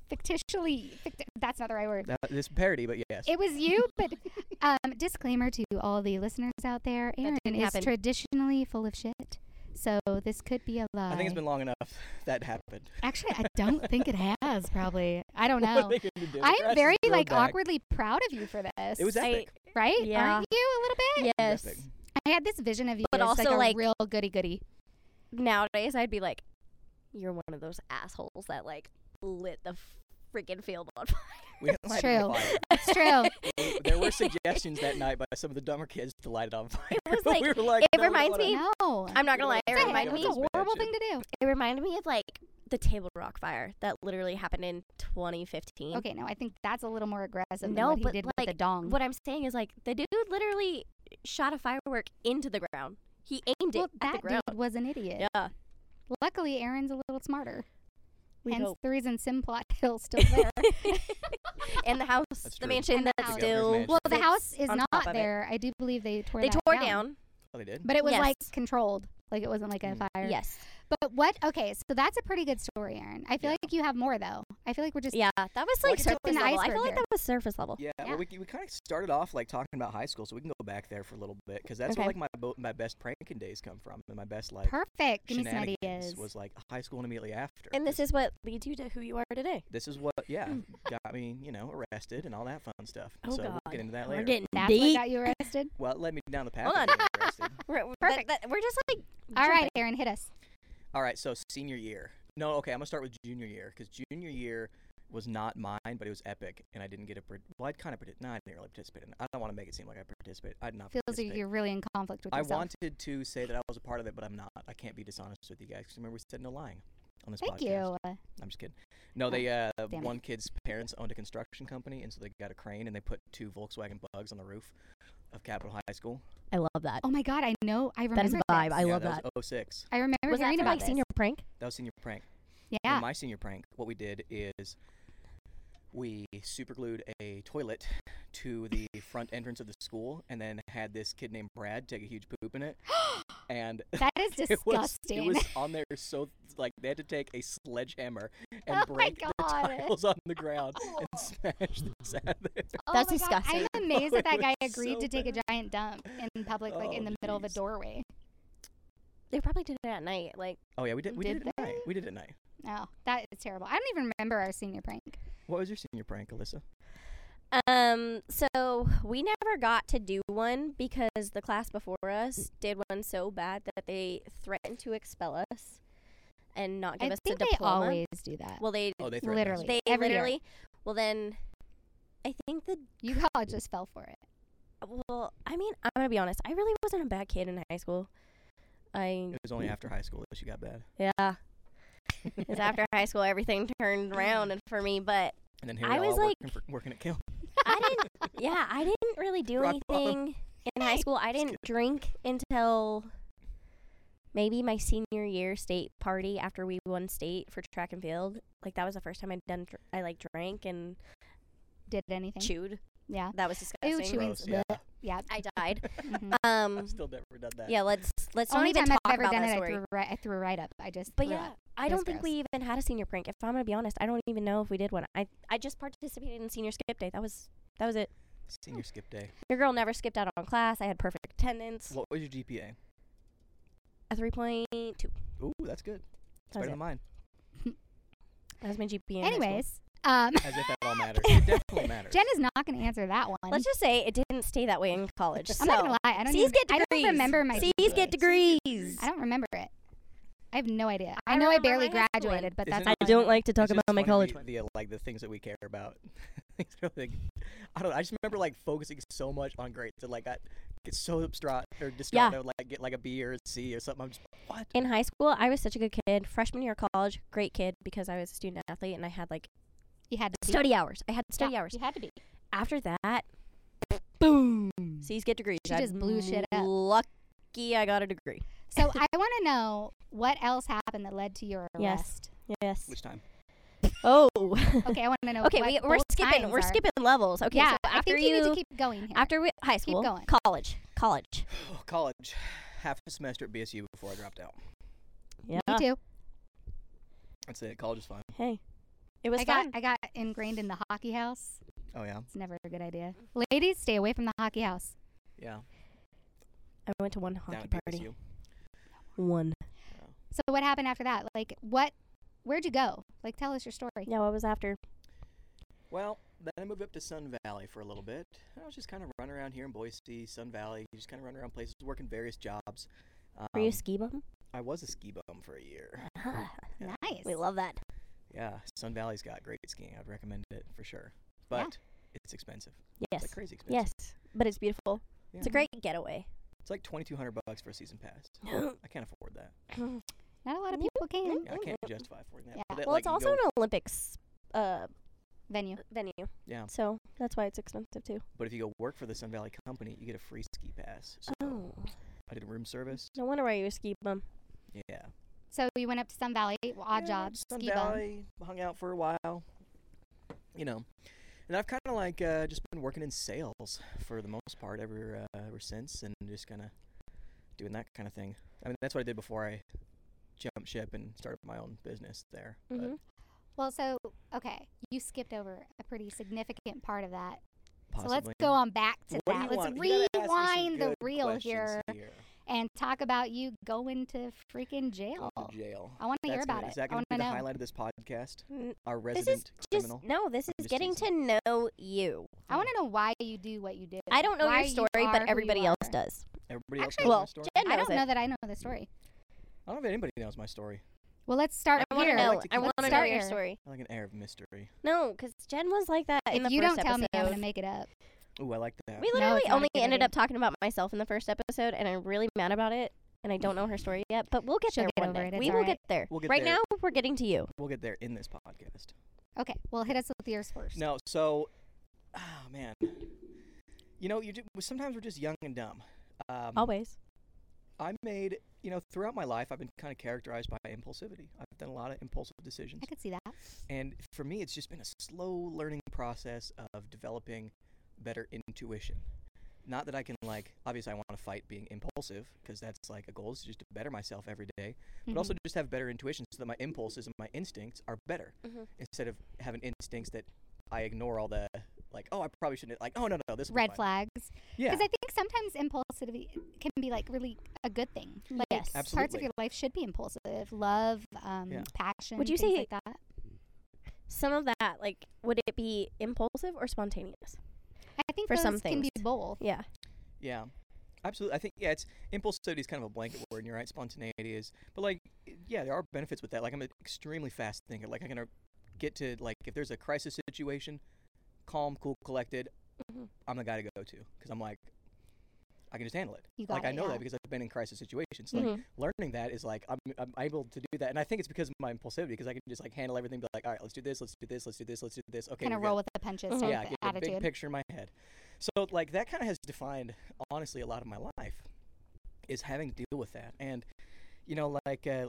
Speaker 1: fictitially ficti- that's not the right word.
Speaker 3: that, this parody, but yes.
Speaker 1: It was you, but um, disclaimer to all the listeners out there: Aaron
Speaker 2: didn't
Speaker 1: is
Speaker 2: happen.
Speaker 1: traditionally full of shit, so this could be a lie.
Speaker 3: I think it's been long enough that happened.
Speaker 1: Actually, I don't think it has. Probably, I
Speaker 2: Oh,
Speaker 1: don't
Speaker 3: What are
Speaker 1: know.
Speaker 3: they gonna do? The
Speaker 1: I
Speaker 3: grass
Speaker 1: am
Speaker 3: is
Speaker 1: very
Speaker 3: grown
Speaker 1: like
Speaker 3: back.
Speaker 1: awkwardly proud of you for this.
Speaker 3: It was
Speaker 2: I-
Speaker 3: epic.
Speaker 1: right?
Speaker 2: Yeah.
Speaker 1: Aren't you a little bit?
Speaker 3: It was
Speaker 2: yes.
Speaker 3: epic.
Speaker 1: I had this vision of you
Speaker 2: But
Speaker 1: as like
Speaker 2: also,
Speaker 1: a
Speaker 2: like-
Speaker 1: real goody goody.
Speaker 2: Nowadays, I'd be like, "You're one of those assholes that like lit the freaking field on fire."
Speaker 3: We didn't
Speaker 1: It's
Speaker 3: light it on
Speaker 1: true.
Speaker 3: fire.
Speaker 1: It's true.
Speaker 3: We- There were suggestions that night by some of the dumber kids to light it on fire.
Speaker 2: was
Speaker 3: but
Speaker 2: like-
Speaker 3: we were like,
Speaker 2: it
Speaker 3: "No, we don't
Speaker 2: reminds
Speaker 3: wanna-
Speaker 2: me-
Speaker 1: no,
Speaker 2: I'm not gonna lie.
Speaker 3: It's
Speaker 2: It
Speaker 3: a-
Speaker 2: reminded
Speaker 3: it's
Speaker 2: me.
Speaker 1: that's a horrible thing to
Speaker 3: Expansion.
Speaker 1: do.
Speaker 2: It reminded me of like the Table Rock fire that literally happened in 2015.
Speaker 1: Okay, no, I think that's a little more aggressive than
Speaker 2: No,
Speaker 1: what he
Speaker 2: but,
Speaker 1: did with
Speaker 2: like,
Speaker 1: the dong.
Speaker 2: What I'm saying is like the dude literally shot a firework into the ground. He aimed
Speaker 1: well,
Speaker 2: it at the
Speaker 1: that
Speaker 2: ground.
Speaker 1: dude was an idiot.
Speaker 2: Yeah.
Speaker 1: Luckily, Aaron's a little smarter.
Speaker 2: We
Speaker 1: Hence
Speaker 2: hope.
Speaker 1: the reason Simplot Hill's still there.
Speaker 2: and the house,
Speaker 3: That's
Speaker 2: the
Speaker 3: true.
Speaker 2: mansion
Speaker 1: And the
Speaker 2: that's
Speaker 1: house.
Speaker 2: still.
Speaker 3: Well,
Speaker 1: well, the
Speaker 2: sits
Speaker 1: house is
Speaker 2: on top
Speaker 1: not
Speaker 2: of it.
Speaker 1: there. I do believe they tore
Speaker 2: They
Speaker 1: that
Speaker 2: tore down.
Speaker 3: Oh, they did.
Speaker 1: But it was like
Speaker 2: Yes.
Speaker 1: controlled. Like it wasn't like a
Speaker 3: Mm.
Speaker 1: fire.
Speaker 2: Yes.
Speaker 1: But what? Okay, so that's a pretty good story, Aaron. I feel
Speaker 3: Yeah.
Speaker 1: like you have more though. I feel like we're just
Speaker 2: Yeah, that was
Speaker 3: Well, I
Speaker 2: like
Speaker 3: can tell
Speaker 2: surface
Speaker 1: you- An
Speaker 2: level. I
Speaker 1: iceberg
Speaker 2: feel like
Speaker 1: here.
Speaker 2: that was surface level.
Speaker 3: Yeah,
Speaker 1: Yeah.
Speaker 3: Well, we, we kind of started off like talking about high school, so we can go back there for a little bit because that's
Speaker 2: Okay.
Speaker 3: where like my bo- my best pranking days come from, and my best like
Speaker 1: perfect. Give me some
Speaker 3: shenanigans
Speaker 1: ideas.
Speaker 3: was like high school and immediately after.
Speaker 2: And this
Speaker 3: 'cause
Speaker 2: is what leads you to who you are today.
Speaker 3: this is what yeah got me you know arrested and all that fun stuff.
Speaker 2: Oh,
Speaker 3: so
Speaker 2: God.
Speaker 3: we'll get into that
Speaker 2: We're
Speaker 3: later.
Speaker 2: getting
Speaker 1: that's what
Speaker 2: deep.
Speaker 1: got you arrested.
Speaker 3: well, it led me down the path.
Speaker 2: Hold
Speaker 3: of
Speaker 2: on.
Speaker 3: getting arrested.
Speaker 2: We're, that-
Speaker 1: Perfect.
Speaker 2: that- we're just like.
Speaker 1: All right,
Speaker 2: jumping.
Speaker 1: Aaron, hit us.
Speaker 3: All right, so senior year. No, okay, I'm gonna start with junior year because junior year was not mine, but it was epic, and I didn't get a. par- Well, I kind of participated. No, I didn't really participate. In it. I don't want to make it seem like I participated. I did not
Speaker 1: Feels like
Speaker 3: participate.
Speaker 1: you're really in conflict with
Speaker 3: I
Speaker 1: yourself.
Speaker 3: wanted to say that I was a part of it, but I'm not. I can't be dishonest with you guys. 'cause remember, we said no lying on this
Speaker 1: Thank
Speaker 3: podcast.
Speaker 1: you. Oh,
Speaker 3: I'm just kidding. No, they uh,
Speaker 1: damn it.
Speaker 3: one kid's parents owned a construction company, and so they got a crane and they put two Volkswagen Bugs on the roof of Capitol High School.
Speaker 2: I love that.
Speaker 1: Oh my God, I know. I remember
Speaker 2: That is a vibe.
Speaker 1: this.
Speaker 2: I
Speaker 3: yeah,
Speaker 2: love
Speaker 3: that.
Speaker 2: that.
Speaker 3: Was 06.
Speaker 1: I remember
Speaker 2: Was that
Speaker 1: hearing
Speaker 2: for,
Speaker 1: about
Speaker 2: like
Speaker 1: this.
Speaker 2: senior prank?
Speaker 3: That was senior prank. In
Speaker 1: Yeah.
Speaker 3: my senior prank, what we did is we super glued a toilet to the front entrance of the school and then had this kid named Brad take a huge poop in it. And
Speaker 1: That is
Speaker 3: it was,
Speaker 1: disgusting.
Speaker 3: it was on there so like they had to take a sledgehammer
Speaker 1: Oh
Speaker 3: and
Speaker 1: my
Speaker 3: break the
Speaker 1: God.
Speaker 3: tiles on the ground and smash this out of there.
Speaker 1: Oh
Speaker 2: That's
Speaker 1: my God,
Speaker 2: disgusting.
Speaker 1: I'm amazed that
Speaker 3: Oh,
Speaker 1: that
Speaker 3: it
Speaker 1: guy
Speaker 3: was
Speaker 1: agreed
Speaker 3: so
Speaker 1: to take a giant dump in public, like in
Speaker 3: Oh,
Speaker 1: the middle of a
Speaker 3: jeez.
Speaker 1: doorway.
Speaker 2: They probably did it at night. Like,
Speaker 3: Oh yeah, we did. We did,
Speaker 2: Did
Speaker 3: it at night.
Speaker 2: they?
Speaker 3: We did it at night.
Speaker 1: No, that is terrible. I don't even remember our senior prank.
Speaker 3: What was your senior prank, Alyssa?
Speaker 2: um, so we never got to do one because the class before us did one so bad that they threatened to expel us and not give
Speaker 1: I
Speaker 2: us
Speaker 1: think
Speaker 2: a
Speaker 1: they
Speaker 2: diploma.
Speaker 1: always do that.
Speaker 2: well, they
Speaker 3: Oh, they threatened us.
Speaker 1: Literally,
Speaker 2: they
Speaker 1: every year.
Speaker 2: literally. Well, then, I think the
Speaker 1: You college just fell for it.
Speaker 2: well. I mean, I'm gonna be honest. I really wasn't a bad kid in high school. I
Speaker 3: It was only after high school that she got bad.
Speaker 2: yeah. It was after high school everything turned around and for me, but
Speaker 3: And then here
Speaker 2: I
Speaker 3: we
Speaker 2: was
Speaker 3: all
Speaker 2: like-
Speaker 3: working, for, working at Kill.
Speaker 2: I didn't. Yeah, I didn't really do
Speaker 3: Rock bottom.
Speaker 2: anything in high school. I
Speaker 3: Just
Speaker 2: didn't drink until maybe my senior year state party after we won state for track and field. Like that was the first time I done. Dr- I like drank and
Speaker 1: Did anything?
Speaker 2: chewed.
Speaker 1: Yeah.
Speaker 2: That was disgusting.
Speaker 1: chewing.
Speaker 3: Gross, yeah.
Speaker 1: Yeah.
Speaker 2: I died.
Speaker 1: mhm.
Speaker 2: Um.
Speaker 3: I've still never done that.
Speaker 2: Yeah. Let's let's
Speaker 1: Only
Speaker 2: not even
Speaker 1: time
Speaker 2: talk
Speaker 1: I've ever
Speaker 2: about
Speaker 1: done
Speaker 2: that
Speaker 1: it, I
Speaker 2: story.
Speaker 1: threw, right, I threw right up. I just.
Speaker 2: But
Speaker 1: threw
Speaker 2: yeah,
Speaker 1: up.
Speaker 2: I
Speaker 1: It was
Speaker 2: don't think we even had a senior prank. If I'm gonna be honest, I don't even know if we did one. I I just participated in senior skip day. That was that was it.
Speaker 3: Senior skip day.
Speaker 2: Your girl never skipped out on class. I had perfect attendance.
Speaker 3: What was your GPA?
Speaker 2: A three point two.
Speaker 3: Ooh, that's good. It's
Speaker 2: That was
Speaker 3: better
Speaker 2: it.
Speaker 3: than mine.
Speaker 2: That was my GPA. in high school.
Speaker 1: Anyways, um,
Speaker 3: As if that all matters. It definitely matters.
Speaker 1: Jen is not going to answer that one.
Speaker 2: let's just say it didn't stay that way in college.
Speaker 1: I'm not going to lie. I don't.
Speaker 2: C's
Speaker 1: even,
Speaker 2: get
Speaker 1: I
Speaker 2: degrees.
Speaker 1: don't remember my.
Speaker 2: C's
Speaker 1: GPA.
Speaker 2: get degrees.
Speaker 1: I don't remember it. I have no idea. I,
Speaker 2: I
Speaker 1: know I
Speaker 2: remember
Speaker 1: barely
Speaker 2: my high school one.
Speaker 1: graduated, but that's
Speaker 3: Isn't
Speaker 1: all
Speaker 3: it
Speaker 1: I
Speaker 3: just-
Speaker 1: know.
Speaker 2: like to
Speaker 3: It's just funny the, the, uh, like the things that we care about. It's really like- I don't. know, I just remember like focusing so much on grades and like I get so distraught or distraught.
Speaker 2: Yeah.
Speaker 3: I would like get like a B or a C or something. I'm just what?
Speaker 2: In high school, I was such a good kid. Freshman year of college, great kid because I was a student athlete and I had like
Speaker 1: You had to be.
Speaker 2: study hours. I had study
Speaker 1: Yeah,
Speaker 2: hours.
Speaker 1: You had to be.
Speaker 2: After that, boom, C's get degrees.
Speaker 1: She
Speaker 2: I'm
Speaker 1: just blew shit up.
Speaker 2: Lucky I got a degree.
Speaker 1: So I want to know what else happened that led to your
Speaker 2: Yes.
Speaker 1: arrest.
Speaker 2: Yes.
Speaker 3: Which time?
Speaker 2: Oh.
Speaker 1: Okay, I want to know.
Speaker 2: okay,
Speaker 1: what
Speaker 2: we, we're
Speaker 1: both
Speaker 2: skipping.
Speaker 1: times
Speaker 2: We're
Speaker 1: are.
Speaker 2: skipping levels. Okay.
Speaker 1: yeah,
Speaker 2: so
Speaker 1: I
Speaker 2: after
Speaker 1: think you, need to keep going here.
Speaker 2: after we, high school,
Speaker 1: going.
Speaker 2: college, college.
Speaker 3: Oh, college. Half a semester at BSU before I dropped out.
Speaker 2: Yeah.
Speaker 1: me too.
Speaker 3: That's it. College is fun.
Speaker 2: Hey, it was
Speaker 1: I got I got ingrained in the hockey house.
Speaker 3: Oh yeah,
Speaker 1: It's never a good idea. Ladies, stay away from the hockey house.
Speaker 3: yeah.
Speaker 2: I went to one
Speaker 3: Down
Speaker 2: hockey
Speaker 3: at
Speaker 2: party.
Speaker 3: BSU.
Speaker 2: One.
Speaker 1: So what happened after that? Like what? Where'd you go? Like tell us your story.
Speaker 2: Yeah, what was
Speaker 3: Um,
Speaker 2: after?
Speaker 3: Well, then I moved up to Sun Valley for a little bit. I was just kind of running around here in Boise, Sun Valley. Just kind of running around places, working various jobs. Um,
Speaker 2: Were you a ski bum?
Speaker 3: I was a ski bum for a year. Yeah.
Speaker 1: Nice.
Speaker 2: we love that.
Speaker 3: Yeah, Sun Valley's got great skiing. I'd recommend it for sure. But it's expensive. It's
Speaker 2: Yes.
Speaker 3: like crazy expensive.
Speaker 2: Yes, but it's beautiful. It's a
Speaker 3: Yeah.
Speaker 2: great getaway.
Speaker 3: It's like 2200 bucks for a season pass. I can't afford that.
Speaker 1: Not a lot of people can.
Speaker 3: Yeah, I can't justify affording that.
Speaker 1: Yeah.
Speaker 3: But that,
Speaker 2: well,
Speaker 3: like,
Speaker 2: it's
Speaker 3: you
Speaker 2: also
Speaker 3: go- Um,
Speaker 2: an Olympics uh,
Speaker 1: Venue.
Speaker 2: venue,
Speaker 3: yeah.
Speaker 2: so that's why it's expensive too.
Speaker 3: But if you go work for the Sun Valley company, you get a free ski pass. So
Speaker 2: Oh,
Speaker 3: I did room service.
Speaker 2: no wonder why you're a ski bum.
Speaker 3: Yeah.
Speaker 1: So you went up to Sun Valley. well, Odd
Speaker 3: Yeah,
Speaker 1: jobs.
Speaker 3: Sun
Speaker 1: ski bum.
Speaker 3: Valley hung out for a while. You know, and I've kind of like uh, just been working in sales for the most part ever uh, ever since, and just kind of doing that kind of thing. I mean, that's what I did before I jumped ship and started my own business there.
Speaker 1: Mm-hmm.
Speaker 2: Mhm.
Speaker 1: Well, so okay, you skipped over a pretty significant part of that.
Speaker 3: But
Speaker 1: So
Speaker 3: possibly.
Speaker 1: let's go on back to
Speaker 3: What do
Speaker 1: that.
Speaker 3: you
Speaker 1: Let's
Speaker 3: want? You gotta ask me some
Speaker 1: rewind the
Speaker 3: good
Speaker 1: reel
Speaker 3: questions
Speaker 1: here
Speaker 3: here.
Speaker 1: and talk about you going to freaking
Speaker 3: Go
Speaker 1: jail.
Speaker 3: to jail.
Speaker 1: I want to hear
Speaker 3: That's
Speaker 1: about
Speaker 3: gonna-
Speaker 1: it.
Speaker 3: Is that
Speaker 1: I
Speaker 3: going
Speaker 1: want
Speaker 3: to be
Speaker 1: to
Speaker 3: the
Speaker 1: know.
Speaker 3: highlight of this podcast?
Speaker 2: N-
Speaker 3: Our
Speaker 2: This is
Speaker 3: resident
Speaker 2: just
Speaker 3: criminal.
Speaker 2: no. This is
Speaker 3: just
Speaker 2: getting to know you.
Speaker 1: I want to know why you do what you do.
Speaker 2: I don't know
Speaker 1: Why
Speaker 2: your
Speaker 1: you
Speaker 2: story,
Speaker 1: are who
Speaker 2: but
Speaker 1: you
Speaker 2: everybody else
Speaker 1: are.
Speaker 2: does.
Speaker 3: Everybody else
Speaker 1: Actually-
Speaker 3: knows my
Speaker 2: Well,
Speaker 3: story.
Speaker 2: Jen
Speaker 1: I
Speaker 2: knows
Speaker 1: don't
Speaker 2: it.
Speaker 1: know that I know the story.
Speaker 3: I don't know if anybody knows my story.
Speaker 1: Well, let's start
Speaker 2: I
Speaker 1: here.
Speaker 2: want to know.
Speaker 3: like to
Speaker 2: I
Speaker 3: keep
Speaker 2: want to know
Speaker 1: start
Speaker 2: your
Speaker 1: here.
Speaker 2: story.
Speaker 3: I like an air of mystery.
Speaker 2: No, because Jen was like that in the
Speaker 1: If you don't
Speaker 2: first
Speaker 1: tell me, I'm
Speaker 2: episode.
Speaker 1: gonna make it up.
Speaker 3: Ooh, I like that.
Speaker 2: We
Speaker 1: No,
Speaker 2: literally
Speaker 1: it's not a
Speaker 2: only
Speaker 1: good
Speaker 2: ended
Speaker 1: idea.
Speaker 2: up talking about myself in the first episode, and I'm really mad about it. And I don't know her story yet, but we'll get
Speaker 1: She'll
Speaker 2: there
Speaker 1: get
Speaker 2: one
Speaker 1: over
Speaker 2: day.
Speaker 1: it, it's
Speaker 2: we will
Speaker 1: alright.
Speaker 2: get there.
Speaker 3: We'll get
Speaker 2: right
Speaker 3: there.
Speaker 2: now, we're getting to you.
Speaker 3: We'll get there in this podcast.
Speaker 1: Okay. Well, hit us with yours first.
Speaker 3: No, so, oh man, you know, you ju- sometimes we're just young and dumb. Um,
Speaker 2: Always.
Speaker 3: I made, you know, throughout my life, I've been kind of characterized by impulsivity. I've done a lot of impulsive decisions,
Speaker 1: I could see that.
Speaker 3: and for me, it's just been a slow learning process of developing better intuition. Not that I can like. Obviously, I want to fight being impulsive because that's like a goal is just to better myself every day. But
Speaker 1: Mm-hmm.
Speaker 3: also just have better intuition so that my impulses and my instincts are better
Speaker 1: Mm-hmm.
Speaker 2: Mhm.
Speaker 3: instead of having instincts that I ignore all the like. Oh, I probably shouldn't. Like, oh no, no, no, this will be
Speaker 1: red
Speaker 3: fine."
Speaker 1: flags.
Speaker 3: Yeah,
Speaker 1: Because I think sometimes impulsivity can be like really a good thing. Like
Speaker 2: Yes.
Speaker 1: parts of
Speaker 3: Absolutely.
Speaker 1: your life should be impulsive. Love, um,
Speaker 3: Yeah.
Speaker 1: passion.
Speaker 2: you
Speaker 1: things
Speaker 2: say-
Speaker 1: like that?
Speaker 2: Some of that, like, would it be impulsive or spontaneous?
Speaker 1: I think
Speaker 2: for
Speaker 1: those
Speaker 2: some
Speaker 1: can be
Speaker 2: things.
Speaker 1: both.
Speaker 2: Yeah.
Speaker 3: yeah, absolutely. I think yeah, it's impulsivity is kind of a blanket word, and you're right. Spontaneity is, but like, yeah, there are benefits with that. Like, I'm an extremely fast thinker. Like, I can uh, get to like if there's a crisis situation, calm, cool, collected.
Speaker 1: Mm-hmm.
Speaker 2: Mhm.
Speaker 3: I'm the guy to go to because I'm like, I can just handle it.
Speaker 1: You got
Speaker 3: Like,
Speaker 1: it.
Speaker 3: I
Speaker 1: yeah.
Speaker 3: know
Speaker 1: Mm-hmm.
Speaker 3: that because I've been in crisis situations.
Speaker 2: Mm-hmm.
Speaker 3: Like, learning that is like I'm, I'm able to do that, and I think it's because of my impulsivity because I can just like handle everything. Be like, all right, let's do this, let's do this, let's do this, let's do this. Okay,
Speaker 1: kind
Speaker 3: we're
Speaker 1: of
Speaker 3: good."
Speaker 1: roll with the punches.
Speaker 2: Mhm.
Speaker 1: Sort
Speaker 3: yeah, I
Speaker 1: of
Speaker 3: get a
Speaker 1: attitude.
Speaker 3: big picture in my head. So like that kind of has defined honestly a lot of my life is having to deal with that. And you know, like uh,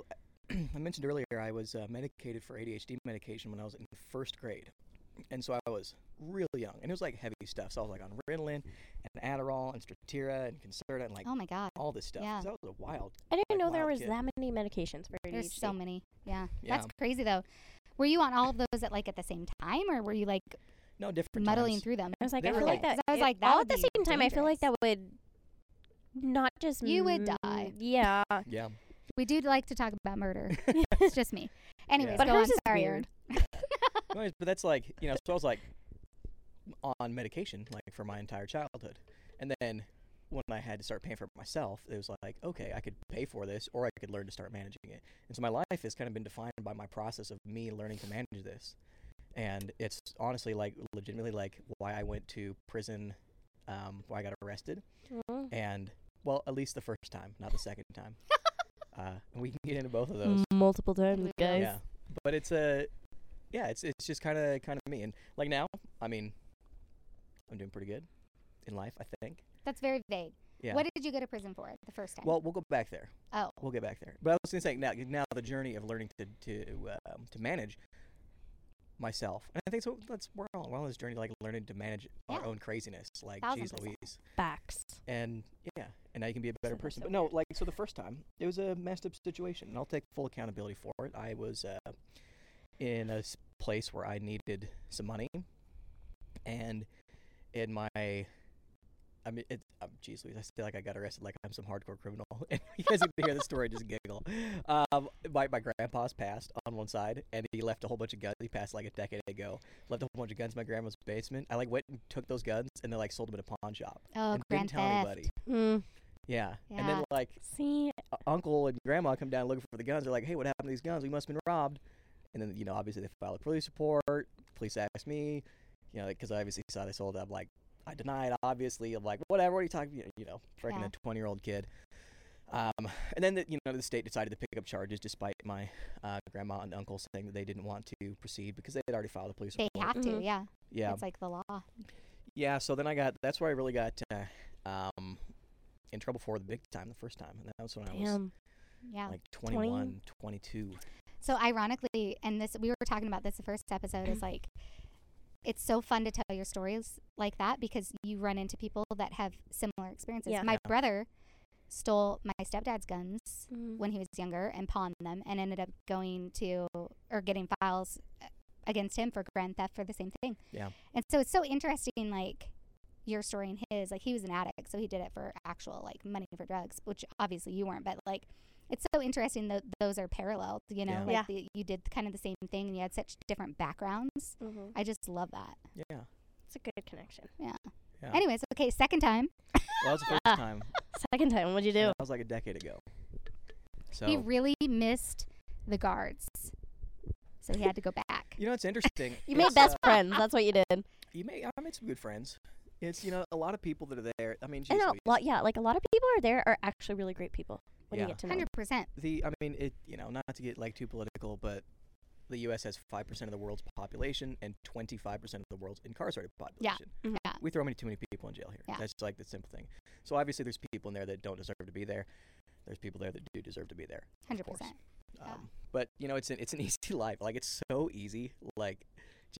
Speaker 3: I mentioned earlier, I was uh, medicated for ADHD medication when I was in first grade, and so I was really young, and it was like heavy stuff. So I was like on Ritalin and Adderall and Strattera and Concerta and like
Speaker 1: oh my god,
Speaker 3: all this stuff.
Speaker 1: yeah.
Speaker 3: 'cause I was a wild.
Speaker 2: I didn't
Speaker 3: Like
Speaker 2: know there
Speaker 3: wild
Speaker 2: was
Speaker 3: kid.
Speaker 2: that many medications for ADHD.
Speaker 1: there's so many. Yeah.
Speaker 3: Yeah.
Speaker 1: that's crazy though. Were you on all of those at like at the same time, or were you like
Speaker 3: No, different.
Speaker 1: muddling
Speaker 3: times.
Speaker 1: through them?
Speaker 2: I was like,
Speaker 3: They
Speaker 2: I
Speaker 3: were
Speaker 2: feel like
Speaker 1: like-
Speaker 2: that.
Speaker 1: 'Cause I was
Speaker 2: it-
Speaker 1: like, that
Speaker 2: all
Speaker 1: would
Speaker 2: at the
Speaker 1: be
Speaker 2: same time, I feel like that
Speaker 1: dangerous.
Speaker 2: would not just.
Speaker 1: You would
Speaker 2: mm,
Speaker 1: die.
Speaker 2: Yeah.
Speaker 3: Yeah.
Speaker 1: We do like to talk about murder. it's just me. Anyways,
Speaker 2: But
Speaker 1: go
Speaker 2: hers
Speaker 1: on.
Speaker 2: is
Speaker 1: Sorry,
Speaker 2: weird.
Speaker 3: No, it's- but that's like you know. So I was like on medication like for my entire childhood, and then when I had to start paying for it myself, it was like okay, I could pay for this, or I could learn to start managing it. And so my life has kind of been defined by my process of me learning to manage this, and it's honestly like legitimately like why I went to prison, um, why I got arrested,
Speaker 1: Mm-hmm.
Speaker 2: Mhm.
Speaker 3: and well, at least the first time, not the second time. uh, and we can get into both of those.
Speaker 2: Multiple times,
Speaker 1: Yeah.
Speaker 2: guys.
Speaker 3: Yeah, but it's a, yeah, it's it's just kind of kind of me, and like now, I mean, I'm doing pretty good in life, I think.
Speaker 1: That's very vague.
Speaker 3: Yeah.
Speaker 1: What did you go to prison for the first time?
Speaker 3: well, we'll go back there.
Speaker 1: oh,
Speaker 3: We'll get back there. But I was gonna say now, now the journey of learning to to um, to manage myself, and I think so. That's we're all we're on this journey, like learning to manage our
Speaker 1: Yeah.
Speaker 3: own craziness. Like,
Speaker 1: Thousand
Speaker 3: geez,
Speaker 1: percent.
Speaker 3: Louise,
Speaker 2: Facts.
Speaker 3: and yeah, and now you can be a better
Speaker 2: that's
Speaker 3: person.
Speaker 2: so
Speaker 3: But no, like so the first time it was a messed up situation, and I'll take full accountability for it. I was uh, in a s- place where I needed some money, and in my, I mean, it, um, geez, Louise, I feel like I got arrested like I'm some hardcore criminal. And you guys can hear the story, just giggle. Um, my my grandpa's passed on one side, and he left a whole bunch of guns. He passed like a decade ago. Left a whole bunch of guns in my grandma's basement. I like went and took those guns, and then like sold them at a pawn shop
Speaker 1: oh,
Speaker 3: and
Speaker 1: grand
Speaker 3: didn't tell
Speaker 1: theft.
Speaker 3: anybody.
Speaker 2: Mm.
Speaker 3: Yeah. And then
Speaker 1: Yeah.
Speaker 3: like
Speaker 2: See,
Speaker 3: u- uncle and grandma come down looking for the guns. They're like, "Hey, what happened to these guns? We must have been robbed." And then you know, obviously they filed a police report. Police asked me, you know, because I obviously saw they sold. it. I'm like, I denied. Obviously, I'm like, whatever. What are you talking? You know, you know freaking
Speaker 1: Yeah.
Speaker 3: a 20 year old kid. Um, and then the, you know the state decided to pick up charges despite my uh, grandma and uncle saying that they didn't want to proceed because they had already filed a police
Speaker 1: They
Speaker 3: report.
Speaker 1: have to,
Speaker 2: Mhm.
Speaker 1: yeah.
Speaker 3: Yeah,
Speaker 1: It's like the law.
Speaker 3: yeah, so then I got that's where I really got uh, um in trouble for the big time the first time. And that was when I was
Speaker 2: damn.
Speaker 1: Yeah.
Speaker 3: like 21, 22.
Speaker 1: So ironically, and this we were talking about this the first episode is like it's so fun to tell your stories like that because you run into people that have similar experiences.
Speaker 2: Yeah.
Speaker 1: My
Speaker 3: Yeah.
Speaker 1: brother stole my stepdad's guns
Speaker 2: Mm.
Speaker 1: when he was younger and pawned them and ended up going to or getting files uh, against him for grand theft for the same thing.
Speaker 3: Yeah.
Speaker 1: And so it's so interesting like your story and his like he was an addict so he did it for actual like money for drugs which obviously you weren't but like it's so interesting that those are paralleled you know
Speaker 3: Yeah.
Speaker 1: like
Speaker 2: Yeah.
Speaker 1: the, you did kind of the same thing and you had such different backgrounds
Speaker 2: Mhm.
Speaker 1: i just love that
Speaker 3: Yeah. Well,
Speaker 2: It's a good connection.
Speaker 3: Yeah.
Speaker 1: anyways okay second time
Speaker 3: that was the first
Speaker 2: Ah,
Speaker 3: time.
Speaker 2: Second time, what'd you
Speaker 3: and
Speaker 2: do?
Speaker 3: That was like a decade ago. So
Speaker 1: he really missed the guards so he had to go back
Speaker 3: you know it's interesting.
Speaker 2: You made
Speaker 3: it's,
Speaker 2: best
Speaker 3: uh,
Speaker 2: friends. That's what you did. And
Speaker 3: You made I made some good friends. It's you know a lot of people that are there. I mean, geez,
Speaker 2: a
Speaker 3: Louise,
Speaker 2: lot, yeah, like a lot of people are there are actually really great people when
Speaker 3: Yeah.
Speaker 2: you get to know.
Speaker 1: 100%
Speaker 2: them.
Speaker 3: the I mean it you know not to get like too political, but the U.S. has five percent of the world's population and twenty-five percent of the world's incarcerated population.
Speaker 2: Mhm.
Speaker 1: yeah
Speaker 3: we throw many too many people in jail here.
Speaker 1: Yeah.
Speaker 3: That's like the simple thing. So obviously, there's people in there that don't deserve to be there. There's people there that do deserve to be there.
Speaker 1: 100%
Speaker 3: course.
Speaker 1: Yeah.
Speaker 3: Um, but you know, it's an it's an easy life. Like it's so easy. Like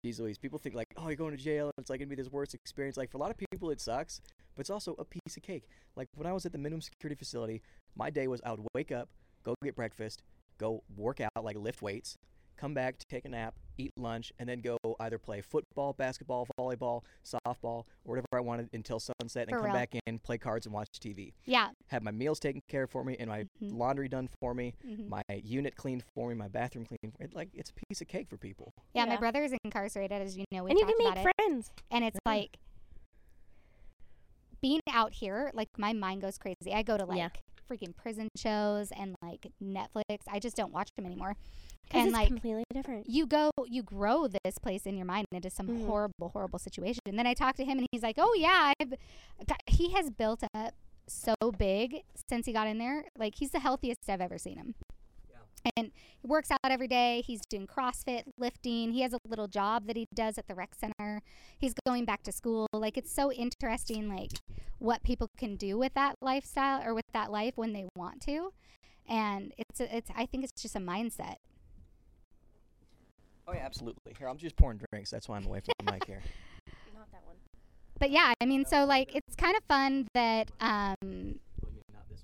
Speaker 3: Jeez Louise, people think like, oh, you're going to jail. It's like gonna be this worst experience. Like for a lot of people, it sucks, but it's also a piece of cake. Like when I was at the minimum security facility, my day was I would wake up, go get breakfast, go work out, like lift weights, come back, take a nap, eat lunch, and then go either play football, basketball, volleyball, softball, or whatever I wanted until sunset, and
Speaker 1: For
Speaker 3: come
Speaker 1: real.
Speaker 3: back in, play cards, and watch TV.
Speaker 1: Yeah.
Speaker 3: Have my meals taken care of for me, and my
Speaker 1: Mhm.
Speaker 3: laundry done for me,
Speaker 1: Mhm.
Speaker 3: my unit cleaned for me, my bathroom cleaned. For me. Like it's a piece of cake for people.
Speaker 1: yeah, my
Speaker 2: Yeah.
Speaker 1: brother is incarcerated, as you know. We
Speaker 2: and you can
Speaker 1: about
Speaker 2: make
Speaker 1: it.
Speaker 2: friends.
Speaker 1: and it's
Speaker 3: Yeah.
Speaker 1: like being out here like my mind goes crazy i go to like
Speaker 2: Yeah.
Speaker 1: freaking prison shows and like netflix i just don't watch them anymore
Speaker 2: Because
Speaker 1: and
Speaker 2: it's
Speaker 1: like
Speaker 2: completely different.
Speaker 1: you go you grow this place in your mind into some
Speaker 2: Mhm.
Speaker 1: horrible horrible situation and then i talk to him and he's like oh yeah i've got, he has built up so big since he got in there like he's the healthiest i've ever seen him and he works out every day. He's doing CrossFit, lifting. He has a little job that he does at the rec center. He's going back to school. Like it's so interesting, like what people can do with that lifestyle or with that life when they want to. And it's a, it's I think it's just a mindset.
Speaker 3: Oh yeah, absolutely. Here, I'm just pouring drinks. That's why I'm away from the mic here.
Speaker 2: Not that one.
Speaker 1: But yeah, I mean, so like it's kind of fun that um,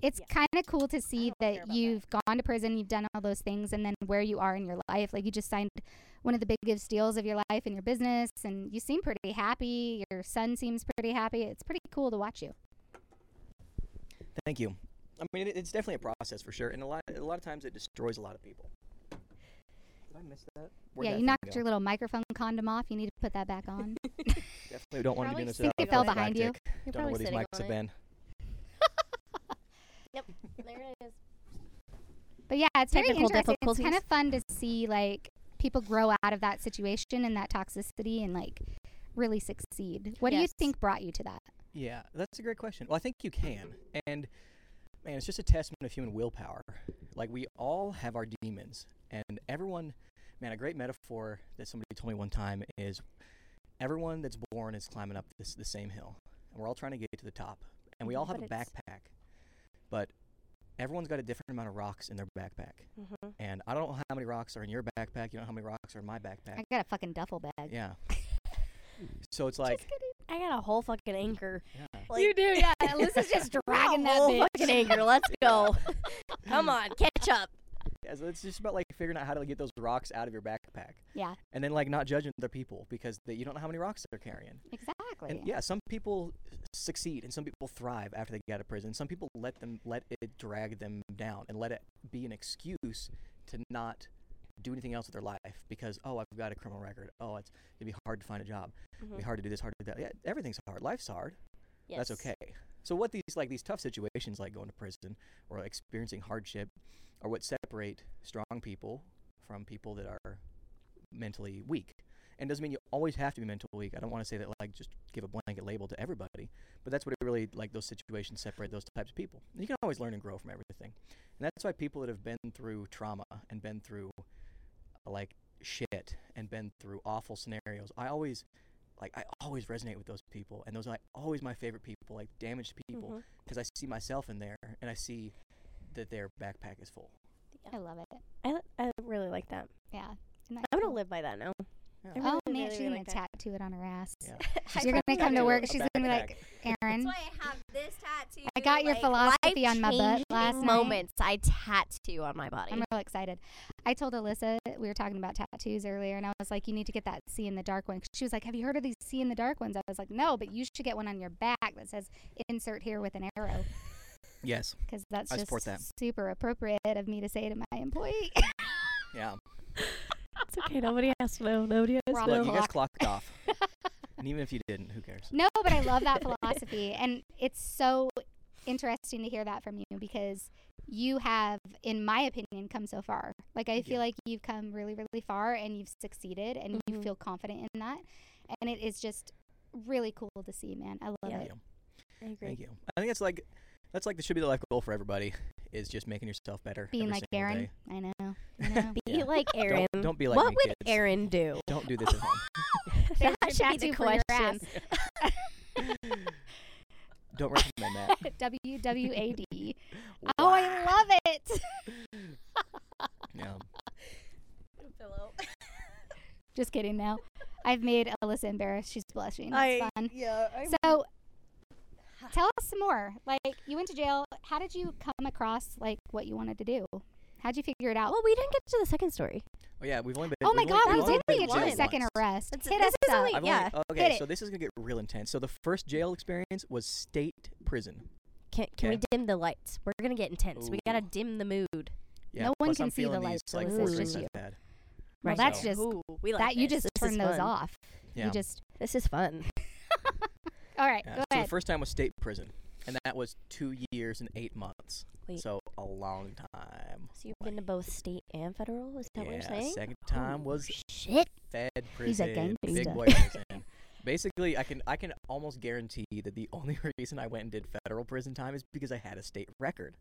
Speaker 1: it's kind of cool to see
Speaker 2: don't care
Speaker 1: that
Speaker 2: about that.
Speaker 1: you've gone to prison, you've done all those things, and then where you are in your life. Like you just signed one of the biggest deals of your life in your business, and you seem pretty happy. Your son seems pretty happy. It's pretty cool to watch you.
Speaker 3: Thank you. I mean, it, it's definitely a process for sure, and a lot, a lot of times it destroys a lot of people. Did I miss that? Where'd
Speaker 1: yeah, you
Speaker 3: that thing
Speaker 1: knocked
Speaker 3: go?
Speaker 1: your little microphone condom off. You need to put that back on.
Speaker 3: Definitely don't want to be
Speaker 2: probably
Speaker 3: doing this.
Speaker 1: think
Speaker 3: without
Speaker 1: it fell
Speaker 3: a
Speaker 1: behind you.
Speaker 3: tactic.
Speaker 2: You're
Speaker 3: Don't know
Speaker 2: probably
Speaker 3: where these
Speaker 2: sitting
Speaker 3: mics
Speaker 2: on
Speaker 3: have
Speaker 2: it.
Speaker 3: been.
Speaker 2: There it is.
Speaker 1: But yeah, it's very
Speaker 2: Technical
Speaker 1: interesting. It's kind
Speaker 2: difficulties.
Speaker 1: of fun to see like people grow out of that situation and that toxicity and like really succeed. What do you
Speaker 2: Yes.
Speaker 1: think brought you to that?
Speaker 3: Yeah, that's a great question. Well, I think you can. And man, it's just a testament of human willpower. Like we all have our demons, and everyone, man, a great metaphor that somebody told me one time is everyone that's born is climbing up this the same hill, and we're all trying to get to the top, and we all have
Speaker 2: But
Speaker 3: a
Speaker 2: it's-
Speaker 3: backpack, but everyone's got a different amount of rocks in their backpack,
Speaker 2: Mm-hmm.
Speaker 3: and I don't know how many rocks are in your backpack. You don't know how many rocks are in my backpack.
Speaker 1: I got a fucking duffel bag.
Speaker 3: Yeah. So it's like,
Speaker 1: just kidding.
Speaker 2: I got a whole fucking anchor.
Speaker 3: yeah.
Speaker 1: you do, yeah. Alyssa's just dragging that
Speaker 2: whole
Speaker 1: bitch.
Speaker 2: fucking anchor. Let's go. Come on, catch up.
Speaker 3: Yeah, so it's just about like figuring out how to like, get those rocks out of your backpack,
Speaker 1: Yeah,
Speaker 3: and then like not judging other people because they, you don't know how many rocks they're carrying.
Speaker 1: exactly.
Speaker 3: And yeah, some people succeed and some people thrive after they get out of prison. Some people let them let it drag them down and let it be an excuse to not do anything else with their life because oh I've got a criminal record. Oh it's it'd be hard to find a job. It'd
Speaker 2: Mm-hmm. Hmm.
Speaker 3: be hard to do this, hard to do that. Yeah, everything's hard. Life's hard. That's okay. So what these like these tough situations like going to prison or experiencing hardship are what separate strong people from people that are mentally weak. And doesn't mean you always have to be mentally weak. I don't want to say that like just give a blanket label to everybody, but that's what it really like those situations separate those types of people. And you can always learn and grow from everything. And that's why people that have been through trauma and been through like shit and been through awful scenarios. I always like I always resonate with those people and those are like, always my favorite people, like damaged people
Speaker 2: Mhm.
Speaker 3: because I see myself in there and I see that their backpack is full.
Speaker 1: I love it.
Speaker 2: I, li- Mm-hmm. I really like that.
Speaker 1: Yeah. Isn't that
Speaker 2: I'm
Speaker 1: cool?
Speaker 2: gonna live by that now.
Speaker 3: Yeah.
Speaker 2: I
Speaker 1: Oh
Speaker 2: really,
Speaker 1: man,
Speaker 2: really,
Speaker 1: she's
Speaker 2: really
Speaker 1: gonna
Speaker 2: like that.
Speaker 1: tattoo it on her ass.
Speaker 3: Yeah.
Speaker 2: I
Speaker 1: You're gonna come
Speaker 2: probably have
Speaker 1: to
Speaker 2: to.
Speaker 1: work.
Speaker 3: A
Speaker 1: She's gonna be
Speaker 3: backpack.
Speaker 1: like, Aaron,
Speaker 4: That's why I have this tattoo.
Speaker 1: I got your
Speaker 4: like,
Speaker 1: philosophy on my butt
Speaker 2: life-changing
Speaker 1: last night.
Speaker 2: moments I tattoo on my body.
Speaker 1: I'm real excited. I told Alyssa we were talking about tattoos earlier, and I was like, "You need to get that see in the dark one." 'Cause She was like, "Have you heard of these see in the dark ones?" I was like, "No, but you should get one on your back that says insert here with an arrow,"
Speaker 3: Yes.
Speaker 1: because that's
Speaker 3: I
Speaker 1: just
Speaker 3: support that.
Speaker 1: super appropriate of me to say to my employee.
Speaker 3: Yeah.
Speaker 2: it's okay. Nobody has to know. Nobody has
Speaker 1: We're all
Speaker 3: Look, you
Speaker 1: Clock.
Speaker 3: guys clocked off. and even if you didn't, who cares?
Speaker 1: No, but I love that philosophy. And it's so interesting to hear that from you because you have, in my opinion, come so far. Like, I feel
Speaker 3: Yeah.
Speaker 1: like you've come really, really far and you've succeeded and you
Speaker 2: Mhm.
Speaker 1: feel confident in that. And it is just really cool to see, man. I love
Speaker 2: Yeah.
Speaker 1: it.
Speaker 2: I agree.
Speaker 3: Thank you. I think that's like that's like the should be the life goal for everybody is just making yourself better.
Speaker 1: Being
Speaker 3: every
Speaker 1: like
Speaker 3: single
Speaker 1: Aaron.
Speaker 3: day.
Speaker 1: I know. I know.
Speaker 2: Be
Speaker 3: Yeah.
Speaker 2: like Aaron.
Speaker 3: Don't, don't be like
Speaker 2: what
Speaker 3: me,
Speaker 2: would
Speaker 3: kids.
Speaker 2: Aaron do?
Speaker 3: Don't do this at home.
Speaker 1: There's
Speaker 2: that
Speaker 1: your
Speaker 2: should be
Speaker 1: tattoo
Speaker 2: the
Speaker 1: for your
Speaker 2: question.
Speaker 3: Don't recommend that.
Speaker 1: WWAD. Oh,
Speaker 3: Wow.
Speaker 1: I love it.
Speaker 3: Yeah.
Speaker 1: Just kidding now. I've made Alyssa embarrassed. She's blushing. That's
Speaker 4: I,
Speaker 1: fun.
Speaker 4: Yeah. I,
Speaker 1: So, tell us some more. Like, you went to jail. How did you come across like what you wanted to do? How'd you figure it out?
Speaker 2: Well, Oh, we didn't get to the second story.
Speaker 3: Oh yeah, we've only been.
Speaker 1: oh my
Speaker 3: we've
Speaker 1: God,
Speaker 3: only-
Speaker 1: we
Speaker 3: we've only
Speaker 1: did
Speaker 3: been
Speaker 1: get
Speaker 3: to
Speaker 1: to the
Speaker 3: jail
Speaker 1: second
Speaker 3: once.
Speaker 1: arrest.
Speaker 2: That's-
Speaker 1: Hit
Speaker 2: this
Speaker 1: us
Speaker 2: is
Speaker 1: up.
Speaker 2: only-
Speaker 3: I've
Speaker 2: Yeah.
Speaker 3: Only,
Speaker 1: Hit
Speaker 3: okay,
Speaker 1: it.
Speaker 3: so this is gonna get real intense. So the first jail experience was state prison.
Speaker 2: Can, can we
Speaker 3: Okay.
Speaker 2: dim the lights? We're gonna get intense. We gotta
Speaker 3: Ooh.
Speaker 2: dim the mood.
Speaker 3: Yeah,
Speaker 1: No one
Speaker 3: plus
Speaker 1: can
Speaker 3: I'm
Speaker 1: see the
Speaker 3: feeling
Speaker 1: lights,
Speaker 3: These, like,
Speaker 1: Alyssa,
Speaker 3: four
Speaker 1: it's
Speaker 3: drinks
Speaker 1: just
Speaker 3: I've
Speaker 1: you.
Speaker 3: had.
Speaker 1: Well,
Speaker 2: Right
Speaker 1: that's
Speaker 2: now.
Speaker 1: just-
Speaker 2: Ooh, we like
Speaker 1: that you
Speaker 2: this.
Speaker 1: just
Speaker 2: This is
Speaker 1: turn those
Speaker 2: fun.
Speaker 1: off.
Speaker 3: Yeah.
Speaker 1: You just
Speaker 2: This is fun.
Speaker 1: all right.
Speaker 3: yeah.
Speaker 1: Go
Speaker 3: So
Speaker 1: ahead.
Speaker 3: the first time was state prison, and that was two years and eight months.
Speaker 2: Wait.
Speaker 3: So a long time.
Speaker 2: So you've been to both state and federal? Is that
Speaker 3: yeah,
Speaker 2: what you're saying?
Speaker 3: second time was
Speaker 2: shit.
Speaker 3: Fed
Speaker 1: Oh, He's a
Speaker 3: prison, big
Speaker 1: gangsta.
Speaker 3: boy prison. Basically, I can I can almost guarantee that the only reason I went and did federal prison time is because I had a state record.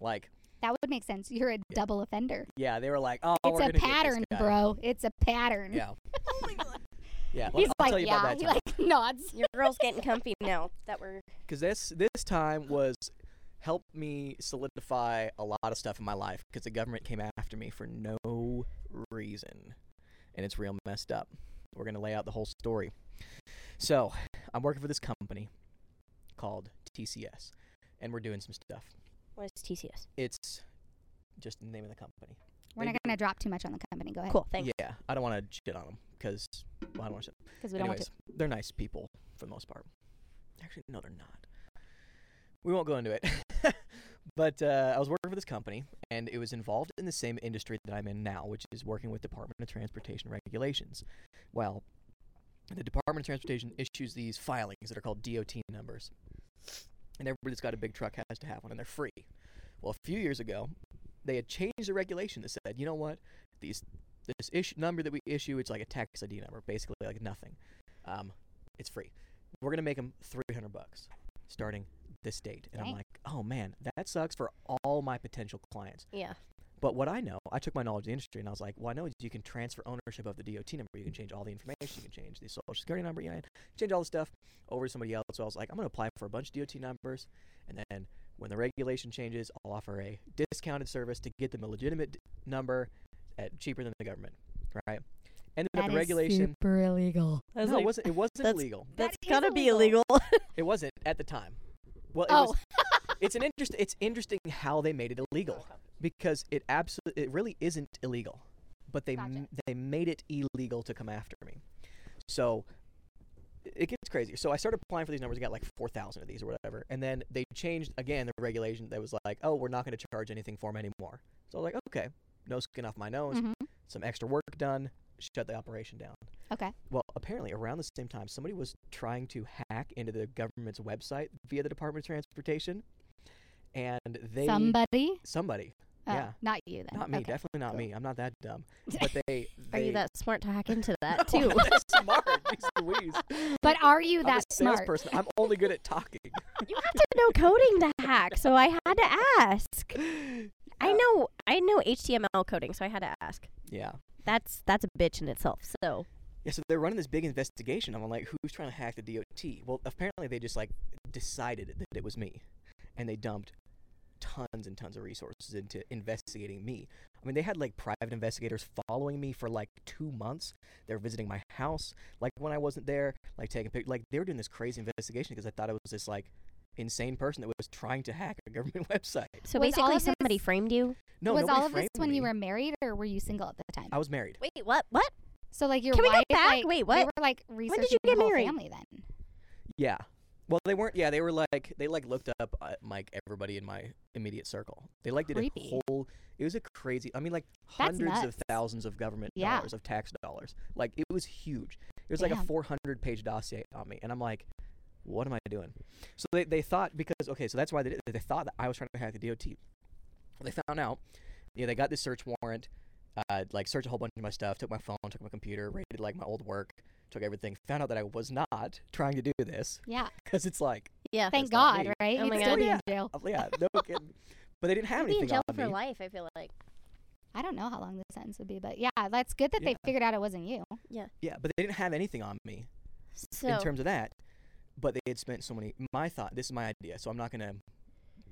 Speaker 3: Like,
Speaker 1: that would make sense. You're a double offender.
Speaker 3: yeah, they were like, "Oh,
Speaker 1: It's
Speaker 3: we're
Speaker 1: a
Speaker 3: gonna get this
Speaker 1: pattern,
Speaker 3: guy."
Speaker 1: bro. It's a pattern.
Speaker 3: Yeah.
Speaker 4: oh my God.
Speaker 3: Yeah. well,
Speaker 1: He's
Speaker 3: I'll tell
Speaker 1: like,
Speaker 3: you
Speaker 1: yeah.
Speaker 3: about
Speaker 1: He
Speaker 3: that time.
Speaker 1: like nods.
Speaker 2: Your girl's getting comfy now that we're
Speaker 3: Because this this time was helped me solidify a lot of stuff in my life because the government came after me for no reason, and it's real messed up. We're gonna lay out the whole story. So, I'm working for this company called TCS, and we're doing some stuff.
Speaker 2: what is TCS?
Speaker 3: It's just the name of the company.
Speaker 1: We're not gonna drop too much on the company. Go ahead.
Speaker 2: Cool, thanks.
Speaker 3: Yeah, I don't want to shit on them because well, I don't want to.
Speaker 1: Because we don't want
Speaker 3: Anyways, they're nice people for the most part. Actually, no, they're not. We won't go into it. but uh, I was working for this company, and it was involved in the same industry that I'm in now, which is working with Department of Transportation regulations. Well, the Department of Transportation issues these filings that are called DOT numbers, and everybody that's got a big truck has to have one, and they're free. Well, a few years ago, they had changed the regulation that said, you know what, these this issue number that we issue, it's like a tax ID number, basically like nothing. Um, it's free. We're gonna make them 300 bucks starting this date, and I'm
Speaker 1: Dang.
Speaker 3: like, oh man, that sucks for all my potential clients.
Speaker 2: Yeah.
Speaker 3: But what I know, I took my knowledge of the industry and I was like, well, I know you can transfer ownership of the DOT number. You can change all the information. You can change the social security number. You can change all the stuff over to somebody else. So I was like, I'm going to apply for a bunch of DOT numbers. And then when the regulation changes, I'll offer a discounted service to get them a legitimate d- number at cheaper than the government. Right? Ended up
Speaker 1: That
Speaker 3: the
Speaker 1: is
Speaker 3: regulation.
Speaker 1: super illegal.
Speaker 2: I was
Speaker 3: no,
Speaker 2: like,
Speaker 3: it wasn't, it wasn't
Speaker 2: that's-
Speaker 3: illegal.
Speaker 1: That
Speaker 2: that's
Speaker 1: is
Speaker 2: gotta be
Speaker 1: illegal.
Speaker 2: illegal.
Speaker 3: It wasn't at the time. Well, it was,
Speaker 1: Oh,
Speaker 3: it's an interest. It's interesting how they made it illegal because it absolutely it really isn't illegal, but they
Speaker 1: Gotcha.
Speaker 3: m- they made it illegal to come after me. So i- it gets crazier. So I started applying for these numbers. I got like four thousand of these or whatever, and then they changed again the regulation that was like, oh, we're not going to charge anything for them anymore. So I was like, okay, no skin off my nose.
Speaker 1: Mhm.
Speaker 3: Some extra work done. Shut the operation down.
Speaker 1: okay.
Speaker 3: Well, apparently, around the same time, somebody was trying to hack into the government's website via the Department of Transportation, and they
Speaker 1: Somebody.
Speaker 3: somebody,
Speaker 1: Oh,
Speaker 3: yeah.
Speaker 1: Not you then.
Speaker 3: not me,
Speaker 1: Okay.
Speaker 3: definitely not
Speaker 1: cool.
Speaker 3: me. I'm not that dumb. But they,
Speaker 2: Are you
Speaker 3: they-
Speaker 2: that smart to hack into
Speaker 3: No,
Speaker 2: that too?
Speaker 3: I'm not smart. Jeez Louise.
Speaker 1: But are you
Speaker 3: I'm a
Speaker 1: that smart?
Speaker 3: salesperson. I'm only good at talking.
Speaker 2: you have to know coding to hack, so I had to ask. I
Speaker 3: Yeah.
Speaker 2: know I know HTML coding, so I had to ask.
Speaker 3: Yeah.
Speaker 2: That's that's a bitch in itself. So
Speaker 3: Yeah, so they're running this big investigation. I'm like, who's trying to hack the DOT? Well, apparently they just like decided that it was me, and they dumped tons and tons of resources into investigating me. I mean, they had like private investigators following me for like two months. They're visiting my house, like when I wasn't there, like taking pictures. Like they were doing this crazy investigation because I thought it was this like insane person that was trying to hack a government website.
Speaker 1: Was
Speaker 2: so
Speaker 1: all
Speaker 2: basically
Speaker 1: of
Speaker 2: somebody
Speaker 1: this-
Speaker 2: framed you.
Speaker 3: No,
Speaker 1: was
Speaker 3: nobody
Speaker 1: all of this
Speaker 3: framed
Speaker 1: when you
Speaker 3: me. Oh.
Speaker 1: were married or were you single at the time?
Speaker 3: I was married.
Speaker 2: Wait, what? What?
Speaker 1: so like your
Speaker 2: Can we go
Speaker 1: wife
Speaker 2: back?
Speaker 1: like
Speaker 2: Wait,
Speaker 1: they
Speaker 2: what?
Speaker 1: were like researching
Speaker 2: did you
Speaker 1: your
Speaker 2: get
Speaker 1: whole
Speaker 2: married?
Speaker 1: family then.
Speaker 3: Yeah. Well, they weren't. Yeah, they were like they like looked up uh, like everybody in my immediate circle. They like did
Speaker 1: Creepy.
Speaker 3: a whole. It was a crazy. I mean, like
Speaker 1: That's
Speaker 3: hundreds of
Speaker 1: nuts.
Speaker 3: thousands of government
Speaker 1: Yeah.
Speaker 3: dollars of tax dollars. Like it was huge. It was like a
Speaker 1: Damn.
Speaker 3: 400 page dossier on me, and I'm like, what am I doing? So they they thought because okay, so that's why they did, it. they thought that I was trying to hack the DOT. Well, they found out. Yeah, they got this search warrant. Uh, like searched a whole bunch of my stuff, took my phone, took my computer, raided like my old work, took everything. Found out that I was not trying to do this
Speaker 1: Yeah.
Speaker 3: because it's like,
Speaker 2: Yeah.
Speaker 1: Thank
Speaker 3: That's not
Speaker 1: God,
Speaker 3: me.
Speaker 1: right?
Speaker 2: Oh
Speaker 1: You'd
Speaker 2: my
Speaker 1: still
Speaker 2: God.
Speaker 1: be
Speaker 3: Yeah.
Speaker 1: in jail.
Speaker 3: oh, yeah, no kidding. But they didn't have
Speaker 2: Be in
Speaker 3: anything
Speaker 2: jail
Speaker 3: on
Speaker 2: for
Speaker 3: me.
Speaker 2: life. I feel like.
Speaker 1: I don't know how long the sentence would be, but yeah, that's good that
Speaker 3: Yeah.
Speaker 1: they figured out it wasn't you.
Speaker 3: Yeah, but they didn't have anything on me
Speaker 2: So
Speaker 3: in terms of that. But they had spent so many. My thought. This is my idea. So I'm not gonna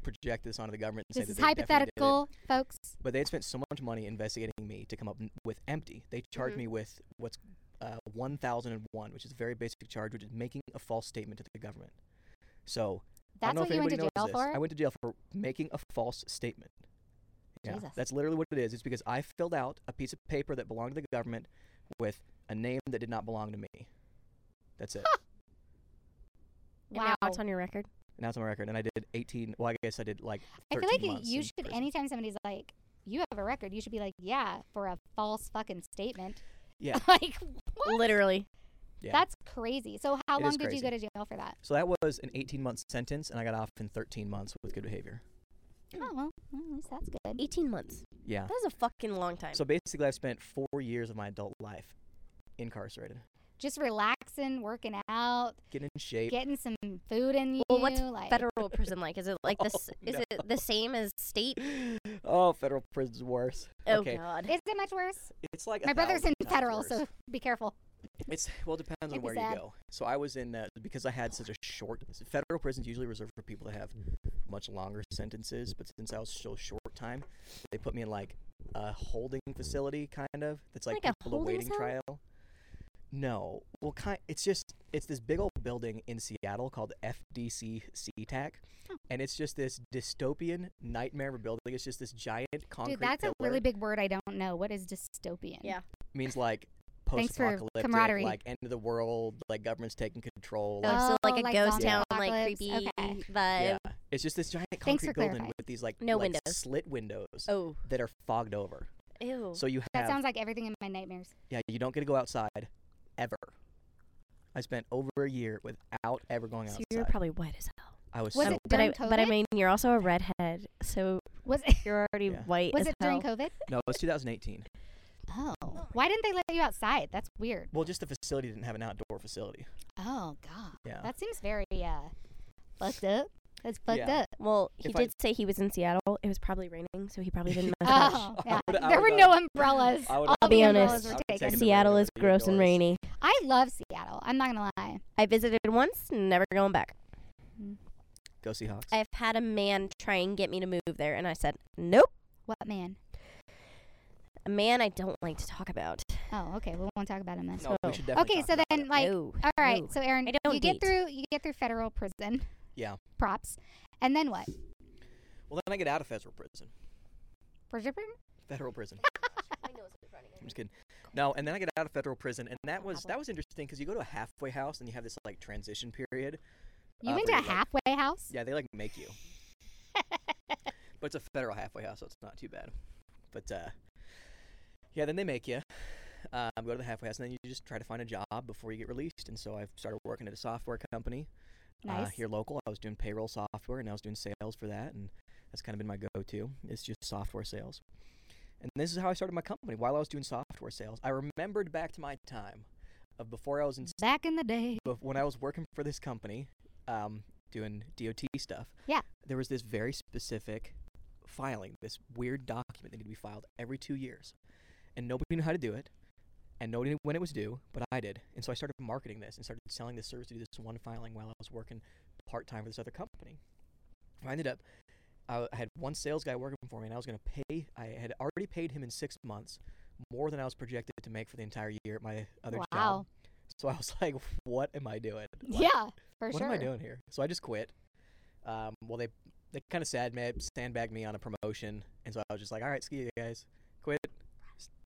Speaker 3: project this onto the government. And
Speaker 1: This
Speaker 3: say
Speaker 1: is
Speaker 3: that they definitely did it.
Speaker 1: hypothetical, folks. Mm-hmm.
Speaker 3: But they had spent so much money investigating me to come up n- with empty. They charged
Speaker 2: Mhm.
Speaker 3: me with what's uh, 1001, which is a very basic charge, which is making a false statement to the government. So I
Speaker 1: That's
Speaker 3: don't know
Speaker 1: what
Speaker 3: if
Speaker 1: you went to
Speaker 3: anybody
Speaker 1: jail
Speaker 3: knows this.
Speaker 1: for.
Speaker 3: I went to jail for making a false statement. Yeah,
Speaker 1: Jesus.
Speaker 3: that's literally what it is. It's because I filled out a piece of paper that belonged to the government with a name that did not belong to me. That's it.
Speaker 2: And
Speaker 1: wow.
Speaker 2: now it's on your record.
Speaker 3: and that's on my record. And I did 18. Well, I guess I did like.
Speaker 1: I
Speaker 3: 13
Speaker 1: feel like y-
Speaker 3: months
Speaker 1: you
Speaker 3: in
Speaker 1: should.
Speaker 3: prison.
Speaker 1: Anytime somebody's like, "You have a record," you should be like, "Yeah," for a false fucking statement.
Speaker 3: Yeah.
Speaker 1: like what?
Speaker 2: Literally.
Speaker 3: Yeah.
Speaker 1: That's crazy. So how
Speaker 3: It
Speaker 1: long
Speaker 3: is
Speaker 1: did you
Speaker 3: crazy.
Speaker 1: go to jail for that?
Speaker 3: so that was an 18 month sentence, and I got off in 13 months with good behavior.
Speaker 2: Hmm.
Speaker 1: Oh well, well, at least that's good.
Speaker 2: 18 months.
Speaker 3: Yeah.
Speaker 2: That was a fucking long time.
Speaker 3: So basically, I've spent four years of my adult life incarcerated,
Speaker 1: Just relaxing, working out,
Speaker 3: getting in shape.
Speaker 1: getting some food in you.
Speaker 2: Well, what's
Speaker 1: like,
Speaker 2: Federal prison like? Is it like this?
Speaker 3: Oh,
Speaker 2: Is it the same as state?
Speaker 3: oh, federal prison's worse.
Speaker 2: Oh
Speaker 3: okay,
Speaker 2: God.
Speaker 1: Is it much worse?
Speaker 3: it's like a
Speaker 1: My brother's in
Speaker 3: thousand times
Speaker 1: federal,
Speaker 3: worse.
Speaker 1: so be careful.
Speaker 3: It's well, it depends on
Speaker 1: It'd be
Speaker 3: where
Speaker 1: sad.
Speaker 3: you go. So I was in uh, because I had such a short. Federal prison's usually reserved for people that have much longer sentences, but since I was so short time, they put me in like a holding facility, kind of. That's like,
Speaker 2: Like a
Speaker 3: people
Speaker 2: holding
Speaker 3: awaiting
Speaker 2: cell?
Speaker 3: trial. No, well, kind. It's just it's this big old building in Seattle called FDC SeaTac,
Speaker 1: Oh.
Speaker 3: and it's just this dystopian nightmare of a building. It's just this giant concrete
Speaker 1: Dude, that's a
Speaker 3: pillar.
Speaker 1: really big word I don't know. What is dystopian?
Speaker 2: Yeah.
Speaker 3: means like
Speaker 1: Thanks for
Speaker 3: post-apocalyptic,
Speaker 1: camaraderie.
Speaker 3: like end of the world, like government's taking control.
Speaker 1: Oh,
Speaker 3: Like,
Speaker 2: so like a
Speaker 1: like
Speaker 2: ghost
Speaker 1: zombie
Speaker 2: town, like
Speaker 1: apocalypse.
Speaker 2: creepy
Speaker 1: Okay.
Speaker 2: vibe.
Speaker 3: yeah, it's just this giant
Speaker 1: Thanks for
Speaker 3: concrete building
Speaker 1: clarifying.
Speaker 3: with these like
Speaker 2: No
Speaker 3: like,
Speaker 2: windows.
Speaker 3: slit windows
Speaker 2: Oh.
Speaker 3: that are fogged over.
Speaker 2: Ew.
Speaker 3: So you
Speaker 1: Oh. That
Speaker 3: have
Speaker 1: sounds like everything in my nightmares.
Speaker 3: yeah, you don't get to go outside ever. I spent over a year without ever going
Speaker 2: So
Speaker 3: outside.
Speaker 2: you're probably white as hell.
Speaker 3: I was,
Speaker 1: Was
Speaker 3: so
Speaker 1: it
Speaker 2: but I,
Speaker 1: during
Speaker 2: but I
Speaker 1: COVID?
Speaker 2: mean, you're also a redhead, so
Speaker 1: Was it,
Speaker 2: you're already
Speaker 3: Yeah.
Speaker 2: white.
Speaker 1: was
Speaker 2: as
Speaker 1: it during
Speaker 2: hell.
Speaker 1: COVID?
Speaker 3: no, it was 2018.
Speaker 1: Oh. Why didn't they let you outside? That's weird.
Speaker 3: Well, just the facility didn't have an outdoor facility.
Speaker 1: Oh god.
Speaker 3: Yeah,
Speaker 1: That seems very uh fucked up. That's fucked
Speaker 3: Yeah.
Speaker 1: up.
Speaker 2: Well, he
Speaker 3: If I-
Speaker 2: did say he was in Seattle. It was probably raining, so he probably didn't. mess up.
Speaker 1: Oh, yeah.
Speaker 3: would- I
Speaker 1: there were
Speaker 3: would've
Speaker 1: no
Speaker 3: done-
Speaker 1: umbrellas.
Speaker 3: I would've
Speaker 1: All
Speaker 2: I'll
Speaker 1: the
Speaker 2: be
Speaker 1: umbrellas
Speaker 2: honest.
Speaker 1: were
Speaker 3: I would've
Speaker 1: taken.
Speaker 3: taken it.
Speaker 2: Seattle
Speaker 3: really
Speaker 2: is
Speaker 3: good
Speaker 2: gross and
Speaker 3: doors.
Speaker 2: rainy.
Speaker 1: I love Seattle. I'm not gonna lie.
Speaker 2: I visited once, never going back.
Speaker 3: go Seahawks.
Speaker 2: I've had a man try and get me to move there, and I said nope.
Speaker 1: What man?
Speaker 2: A man I don't like to talk about.
Speaker 1: Oh, okay. We won't talk about him then.
Speaker 3: no, we
Speaker 2: so-
Speaker 3: should definitely
Speaker 1: Oh. okay,
Speaker 3: talk
Speaker 1: so
Speaker 3: about
Speaker 1: then
Speaker 3: it.
Speaker 1: like
Speaker 2: no.
Speaker 1: all right,
Speaker 2: no.
Speaker 1: so Aaron,
Speaker 2: I don't
Speaker 1: you get
Speaker 2: date.
Speaker 1: through you get through federal prison.
Speaker 3: Yeah.
Speaker 1: Props. And then what?
Speaker 3: well, then I get out of federal prison.
Speaker 1: Prison?
Speaker 3: Federal prison. I'm just kidding. No, and then I get out of federal prison, and that was that was interesting because you go to a halfway house and you have this like transition period.
Speaker 1: You
Speaker 3: Uh,
Speaker 1: went
Speaker 3: where
Speaker 1: to a
Speaker 3: you, like-
Speaker 1: halfway house?
Speaker 3: Yeah, they like make you, but it's a federal halfway house, so it's not too bad. But uh, yeah, then they make you um, go to the halfway house, and then you just try to find a job before you get released. And so I started working at a software company
Speaker 1: nice.
Speaker 3: uh, here local. I was doing payroll software, and I was doing sales for that, and that's kind of been my go-to. It's just software sales. And this is how I started my company. While I was doing software sales, I remembered back to my time of before I was in
Speaker 1: Back in the day.
Speaker 3: but when I was working for this company, um, doing DOT stuff,
Speaker 1: Yeah.
Speaker 3: there was this very specific filing, this weird document that needed to be filed every two years, and nobody knew how to do it, and nobody knew when it was due, but I did, and so I started marketing this and started selling this service to do this one filing while I was working part time for this other company. I ended up, I had one sales guy working for me, and I was going to pay. I had already paid him in six months more than I was projected to make for the entire year at my other job.
Speaker 1: wow.
Speaker 3: So I was like, "What am I doing? Like,
Speaker 1: yeah, for
Speaker 3: what
Speaker 1: sure.
Speaker 3: am I doing here?" So I just quit. Um, well, they they kind of sad me, sandbagged me on a promotion, and so I was just like, "All right, ski you guys, quit."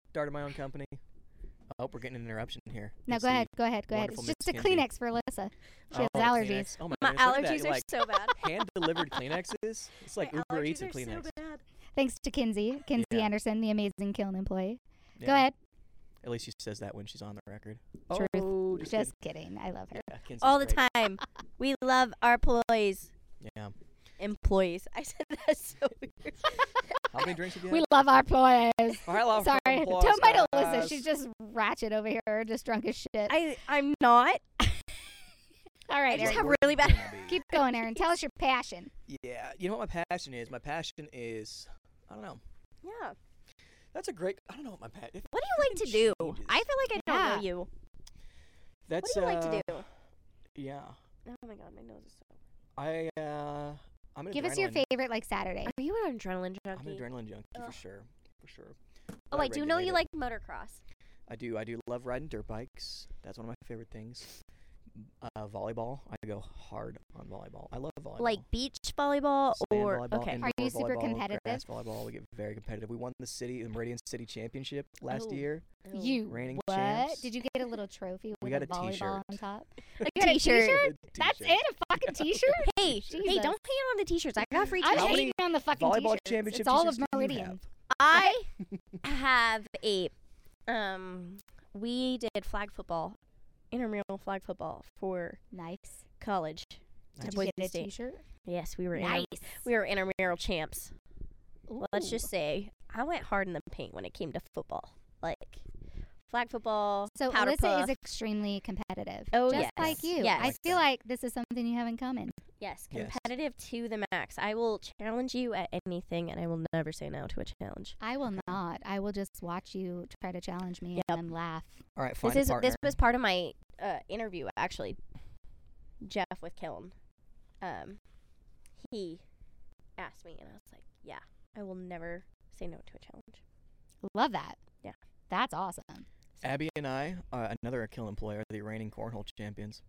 Speaker 3: Started my own company. Oh, we're getting an interruption here.
Speaker 1: No,
Speaker 3: It's
Speaker 1: go
Speaker 3: the-
Speaker 1: ahead, go ahead, go ahead. It's
Speaker 3: wonderful
Speaker 1: just a
Speaker 3: Miss Kinsey.
Speaker 1: Kleenex for Alyssa. She has
Speaker 3: Oh,
Speaker 1: allergies.
Speaker 3: Kleenex. Oh my,
Speaker 2: My
Speaker 3: goodness, look at that.
Speaker 2: allergies are
Speaker 3: like
Speaker 2: so bad.
Speaker 3: hand delivered Kleenexes. It's like
Speaker 2: My
Speaker 3: Uber
Speaker 2: allergies
Speaker 3: Eats of
Speaker 2: are so
Speaker 3: Kleenex.
Speaker 2: bad.
Speaker 1: Thanks to Kinsey, Kinsey
Speaker 3: Yeah.
Speaker 1: Anderson, the amazing Kiln employee. Go
Speaker 3: Yeah,
Speaker 1: ahead.
Speaker 3: At least she says that when she's on the record.
Speaker 1: Truth.
Speaker 3: Oh, just,
Speaker 1: Just kidding. I love her.
Speaker 3: kidding. Yeah, Kinsey's
Speaker 2: All the
Speaker 3: great.
Speaker 2: time. We love our employees.
Speaker 3: Yeah.
Speaker 2: Employees. I said that so weird.
Speaker 3: How many drinks have you
Speaker 1: We
Speaker 3: had?
Speaker 1: love our ploys.
Speaker 3: All right,
Speaker 2: Oh,
Speaker 3: love
Speaker 1: Sorry, don't mind Alyssa. She's just ratchet over here, just drunk as shit.
Speaker 2: I I'm not.
Speaker 1: All
Speaker 2: I
Speaker 1: right,
Speaker 2: just
Speaker 1: Aaron,
Speaker 2: have really bad.
Speaker 1: keep going, Aaron. Tell us your passion.
Speaker 3: Yeah, you know what my passion is? My passion is I don't know.
Speaker 2: Yeah.
Speaker 3: That's a great I don't know what my passion.
Speaker 2: What do you like to do?
Speaker 3: changes.
Speaker 2: I feel like I don't
Speaker 1: Yeah.
Speaker 2: know you. What
Speaker 3: That's
Speaker 2: do you like to
Speaker 3: uh,
Speaker 2: do?
Speaker 3: Yeah.
Speaker 2: Oh my god, my nose is so.
Speaker 3: I uh I'm an
Speaker 1: Give
Speaker 3: adrenaline,
Speaker 1: us your favorite like Saturday.
Speaker 2: Are you an adrenaline junkie?
Speaker 3: I'm an adrenaline junkie
Speaker 2: Ugh.
Speaker 3: for sure. For sure.
Speaker 2: oh,
Speaker 3: But
Speaker 2: I do know
Speaker 3: regulate
Speaker 2: you
Speaker 3: it.
Speaker 2: like motocross.
Speaker 3: I do. I do love riding dirt bikes. That's one of my favorite things. Uh, volleyball. I go hard on volleyball. I love volleyball.
Speaker 2: Like beach volleyball
Speaker 3: Sand
Speaker 2: or
Speaker 3: volleyball,
Speaker 2: okay.
Speaker 1: Are you
Speaker 3: indoor
Speaker 1: super
Speaker 3: volleyball,
Speaker 1: competitive?
Speaker 3: Grass volleyball. We get very competitive. We won the city, the Meridian City Championship last
Speaker 2: Oh.
Speaker 3: year.
Speaker 1: You
Speaker 3: Reigning
Speaker 1: what?
Speaker 3: champs.
Speaker 1: Did you get a little trophy with
Speaker 3: We got
Speaker 1: a
Speaker 3: a
Speaker 1: volleyball
Speaker 3: t-shirt.
Speaker 1: on top? Oh,
Speaker 2: got a t-shirt.
Speaker 3: The
Speaker 1: That's
Speaker 3: t-shirt.
Speaker 1: it? A fucking t-shirt?
Speaker 2: Hey, hey,
Speaker 1: Jesus.
Speaker 2: don't hang on the t-shirts. I got free
Speaker 1: I'm
Speaker 3: How
Speaker 2: t-shirts.
Speaker 3: many
Speaker 1: hanging on the fucking
Speaker 3: Volleyball
Speaker 1: t-shirts.
Speaker 3: championship
Speaker 1: It's all of
Speaker 3: t-shirts do you
Speaker 1: Meridian.
Speaker 3: have?
Speaker 2: I have a um we did flag football, intramural flag football for
Speaker 1: Nice.
Speaker 2: college.
Speaker 1: Did you
Speaker 2: Boise
Speaker 1: get a
Speaker 2: State.
Speaker 1: t-shirt?
Speaker 2: Yes, we were
Speaker 1: Nice.
Speaker 2: inter- we were intramural champs. Let's
Speaker 1: Ooh.
Speaker 2: just say I went hard in the paint when it came to football. Like flag football,
Speaker 1: So
Speaker 2: powder
Speaker 1: Alyssa
Speaker 2: puff.
Speaker 1: is extremely competitive.
Speaker 2: Oh,
Speaker 1: just like
Speaker 2: yes.
Speaker 1: you.
Speaker 2: Yes.
Speaker 1: I
Speaker 2: Like
Speaker 1: feel
Speaker 3: that.
Speaker 1: like this is something you have in common.
Speaker 2: yes,
Speaker 3: Yes.
Speaker 2: competitive to the max. I will challenge you at anything and I will never say no to a challenge.
Speaker 1: I will not. I will just watch you try to challenge me
Speaker 2: Yep.
Speaker 1: and laugh.
Speaker 3: All right, find
Speaker 2: This is
Speaker 3: a partner.
Speaker 2: this was part of my uh, interview actually. Jeff with Kiln, um, he asked me, and I was like, "Yeah, I will never say no to a challenge."
Speaker 1: Love that.
Speaker 2: Yeah.
Speaker 1: That's awesome.
Speaker 3: Abby and I, uh, another Kill employer, the reigning cornhole champions.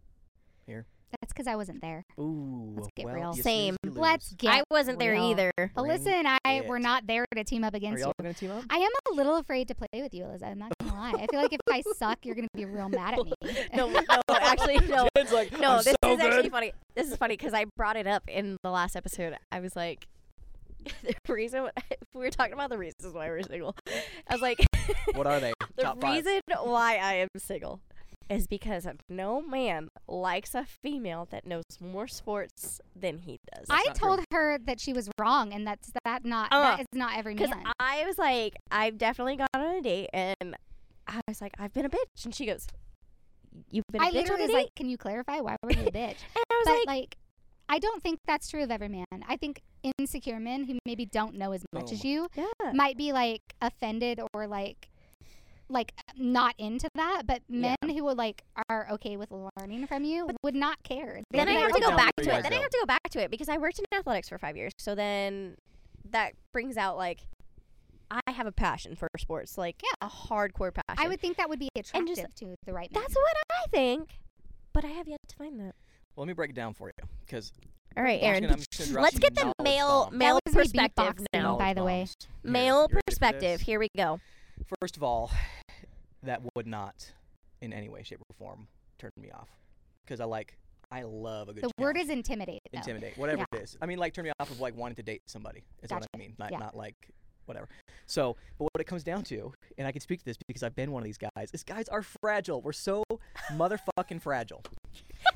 Speaker 1: That's because I wasn't there.
Speaker 3: Ooh,
Speaker 1: Let's get
Speaker 3: well,
Speaker 1: real.
Speaker 3: you snooze,
Speaker 2: Same.
Speaker 3: you
Speaker 1: Let's
Speaker 3: lose.
Speaker 1: get.
Speaker 2: I wasn't there
Speaker 1: real.
Speaker 2: either.
Speaker 1: Alyssa
Speaker 3: Bring
Speaker 1: and I were
Speaker 3: it.
Speaker 1: not there to team up
Speaker 3: Are
Speaker 1: against
Speaker 3: y'all
Speaker 1: you.
Speaker 3: gonna team up?
Speaker 1: I am a little afraid to play with you, Alyssa. I'm not gonna lie. I feel like if I suck, you're gonna be real mad at me.
Speaker 2: no, no, actually, no,
Speaker 3: Jen's like,
Speaker 2: no.
Speaker 3: "I'm
Speaker 2: this
Speaker 3: so
Speaker 2: is actually
Speaker 3: good."
Speaker 2: funny. This is funny because I brought it up in the last episode. I was like, the reason we were talking about the reasons why we're single. I was like,
Speaker 3: What are they?
Speaker 2: The
Speaker 3: Top five.
Speaker 2: reason why I am single is because of no man likes a female that knows more sports than he does.
Speaker 1: I
Speaker 3: not true.
Speaker 1: told her that she was wrong, and that's that. Not
Speaker 2: Uh,
Speaker 1: that is not every
Speaker 2: Because
Speaker 1: man.
Speaker 2: I was like, I've definitely gone on a date, and I was like, I've been a bitch, and she goes, You've been a
Speaker 1: I
Speaker 2: bitch on
Speaker 1: literally
Speaker 2: a
Speaker 1: was
Speaker 2: date,
Speaker 1: like, "Can you clarify why were you a bitch?"
Speaker 2: and I was
Speaker 1: but
Speaker 2: like,
Speaker 1: like, I don't think that's true of every man. I think insecure men who maybe don't know
Speaker 2: Oh
Speaker 1: as much as
Speaker 3: Boom.
Speaker 1: you
Speaker 2: Yeah,
Speaker 1: might be like offended or like like not into that but men
Speaker 2: Yeah.
Speaker 1: who would like are okay with learning from you would not care They'd
Speaker 2: then I
Speaker 1: be
Speaker 2: have
Speaker 1: like,
Speaker 2: to
Speaker 1: "Oh,
Speaker 2: go
Speaker 3: down
Speaker 2: back
Speaker 3: for
Speaker 2: to it.
Speaker 3: years,
Speaker 2: Then I
Speaker 3: though.
Speaker 2: have to go back to it because I worked in athletics for five years. So then that brings out like I have a passion for sports, like
Speaker 1: Yeah.
Speaker 2: a hardcore passion.
Speaker 1: i would think that would be
Speaker 2: And
Speaker 1: attractive
Speaker 2: just-
Speaker 1: to the right man
Speaker 2: That's what I think, but I have yet to find that.
Speaker 3: Well, let me break it down for you, because
Speaker 2: All right,
Speaker 3: I'm just
Speaker 2: Aaron.
Speaker 3: gonna- I'm just gonna drop
Speaker 2: Let's
Speaker 3: some
Speaker 2: get the
Speaker 3: knowledge
Speaker 2: male
Speaker 3: bombs.
Speaker 2: male
Speaker 1: That was me
Speaker 2: perspective
Speaker 1: beatboxing.
Speaker 2: now.
Speaker 1: by the way.
Speaker 3: Knowledge bombs. Here,
Speaker 2: Male
Speaker 3: you ready for
Speaker 2: perspective.
Speaker 3: this?
Speaker 2: Here we go.
Speaker 3: First of all, that would not, in any way, shape, or form, turn me off, because I like, I love a good.
Speaker 1: the word
Speaker 3: challenge.
Speaker 1: is intimidate though.
Speaker 3: intimidate, whatever it is. I mean, like turn me off of like wanting to date somebody is what I
Speaker 1: Gotcha.
Speaker 3: mean, not,
Speaker 1: Yeah.
Speaker 3: not like whatever. So, but what it comes down to, and I can speak to this because I've been one of these guys, is guys are fragile. We're so motherfucking fragile.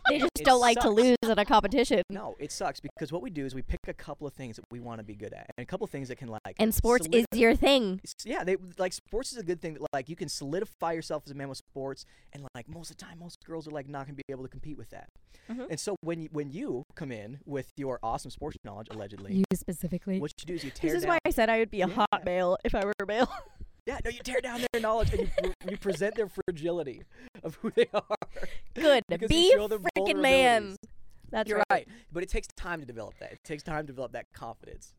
Speaker 2: They just
Speaker 3: It
Speaker 2: don't like to
Speaker 3: sucks.
Speaker 2: lose in a competition.
Speaker 3: No, it sucks because what we do is we pick a couple of things that we want to be good at, and a couple of things that can like
Speaker 2: And sports
Speaker 3: solid-
Speaker 2: is your thing.
Speaker 3: s- yeah, they like sports is a good thing that like you can solidify yourself as a man with sports, and like most of the time, most girls are like not gonna be able to compete with that.
Speaker 2: Mhm.
Speaker 3: And so when you, when you come in with your awesome sports knowledge, allegedly,
Speaker 1: specifically
Speaker 3: what you do is you tear
Speaker 2: This is
Speaker 3: down
Speaker 2: why I said I would be a
Speaker 3: Yeah.
Speaker 2: hot male if I were a male.
Speaker 3: Yeah, no, you tear down their knowledge and you, pr- you present their fragility of who they are.
Speaker 2: Good.
Speaker 3: Because you
Speaker 2: Be
Speaker 3: show their
Speaker 2: freaking man.
Speaker 3: vulnerabilities.
Speaker 2: That's
Speaker 3: You're right. But it takes time to develop that. It takes time to develop that confidence.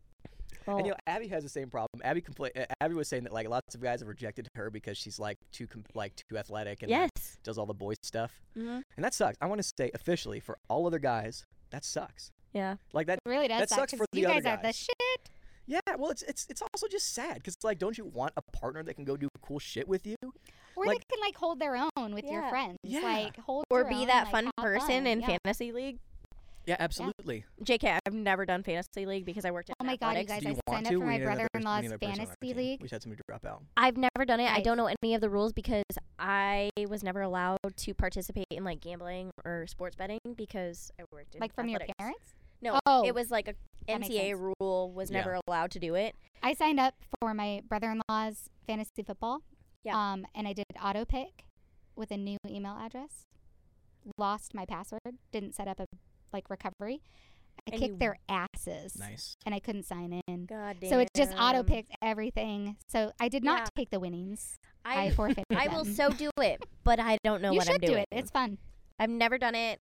Speaker 2: Oh.
Speaker 3: And you know, Abby has the same problem. Abby compla- uh, Abby was saying that like lots of guys have rejected her because she's like too com- like too athletic and like,
Speaker 2: yes.
Speaker 3: does all the boy stuff.
Speaker 2: hmm
Speaker 3: And that sucks. I want to say officially for all other guys, that sucks.
Speaker 2: Yeah.
Speaker 3: Like that
Speaker 1: it really does
Speaker 3: that
Speaker 1: suck
Speaker 3: sucks
Speaker 1: 'cause
Speaker 3: for the
Speaker 1: you
Speaker 3: other
Speaker 1: guys are the
Speaker 3: guys.
Speaker 1: shit
Speaker 3: Yeah, well it's it's it's also just sad cuz like don't you want a partner that can go do cool shit with you?
Speaker 1: or
Speaker 3: Like-
Speaker 1: they can like hold their own with your
Speaker 2: Yeah.
Speaker 1: friends
Speaker 3: Yeah.
Speaker 1: like hold
Speaker 2: Or
Speaker 1: your
Speaker 2: be
Speaker 1: own,
Speaker 2: that
Speaker 1: like,
Speaker 2: fun
Speaker 1: have
Speaker 2: person
Speaker 1: fun.
Speaker 2: in
Speaker 1: yeah.
Speaker 2: fantasy league.
Speaker 3: Yeah, absolutely.
Speaker 2: JK, I've never done fantasy league because I worked in
Speaker 1: Oh my god, you
Speaker 2: athletics.
Speaker 1: guys!
Speaker 3: do you
Speaker 1: I
Speaker 3: want
Speaker 1: signed
Speaker 3: to?
Speaker 1: up for
Speaker 3: we
Speaker 1: my
Speaker 3: need another- we need
Speaker 1: brother-in-law's
Speaker 3: another person on our
Speaker 1: fantasy
Speaker 3: team.
Speaker 1: league.
Speaker 3: We just had somebody drop out.
Speaker 2: I've never done it. I
Speaker 1: Nice.
Speaker 2: don't know any of the rules because I was never allowed to participate in like gambling or sports betting because I worked in
Speaker 1: Like from your
Speaker 2: athletics.
Speaker 1: parents?
Speaker 2: No,
Speaker 1: Oh,
Speaker 2: it was like a
Speaker 1: that makes
Speaker 2: MCA rule was
Speaker 3: Yeah.
Speaker 2: never allowed to do it.
Speaker 1: I signed up for my brother-in-law's fantasy football.
Speaker 2: Yeah.
Speaker 1: Um, and I did auto pick with a new email address. Lost my password. Didn't set up a like recovery. I
Speaker 2: And you-
Speaker 1: kicked their asses,
Speaker 3: Nice.
Speaker 1: and I couldn't sign in.
Speaker 2: God damn.
Speaker 1: So it just auto picked everything. So I did not
Speaker 2: Yeah.
Speaker 1: take the winnings. I,
Speaker 2: I
Speaker 1: forfeited.
Speaker 2: I will
Speaker 1: them.
Speaker 2: so do it, but I don't know
Speaker 1: you
Speaker 2: what
Speaker 1: should
Speaker 2: I'm doing.
Speaker 1: do it. It's fun.
Speaker 2: I've never done it,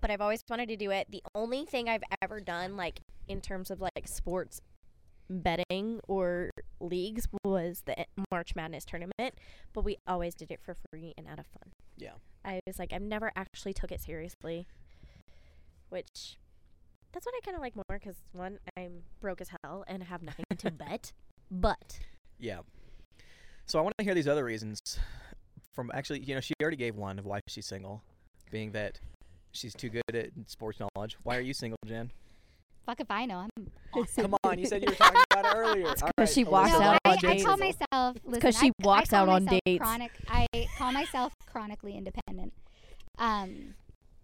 Speaker 2: but I've always wanted to do it. The only thing I've ever done, like in terms of like sports betting or leagues was the e- March Madness tournament, but we always did it for free and out of fun.
Speaker 3: Yeah.
Speaker 2: I was like, I've never actually took it seriously, which that's what I kind of like more because one, I'm broke as hell and have nothing to bet, but
Speaker 3: Yeah. So I want to hear these other reasons from actually, you know, she already gave one of why she's single, being that she's too good at sports knowledge. Why are you single, Jen?
Speaker 1: Fuck if I know. I'm awesome.
Speaker 3: Come on, you said you were talking about it earlier.
Speaker 2: That's
Speaker 3: All
Speaker 2: 'cause she
Speaker 3: Alyssa,
Speaker 2: walks
Speaker 1: no,
Speaker 2: out
Speaker 1: I, I
Speaker 2: on dates.
Speaker 1: call myself listen,
Speaker 2: she
Speaker 1: I- I
Speaker 2: walks
Speaker 1: call
Speaker 2: out on
Speaker 1: myself
Speaker 2: dates.
Speaker 1: Chronic, I call myself chronically independent. Um,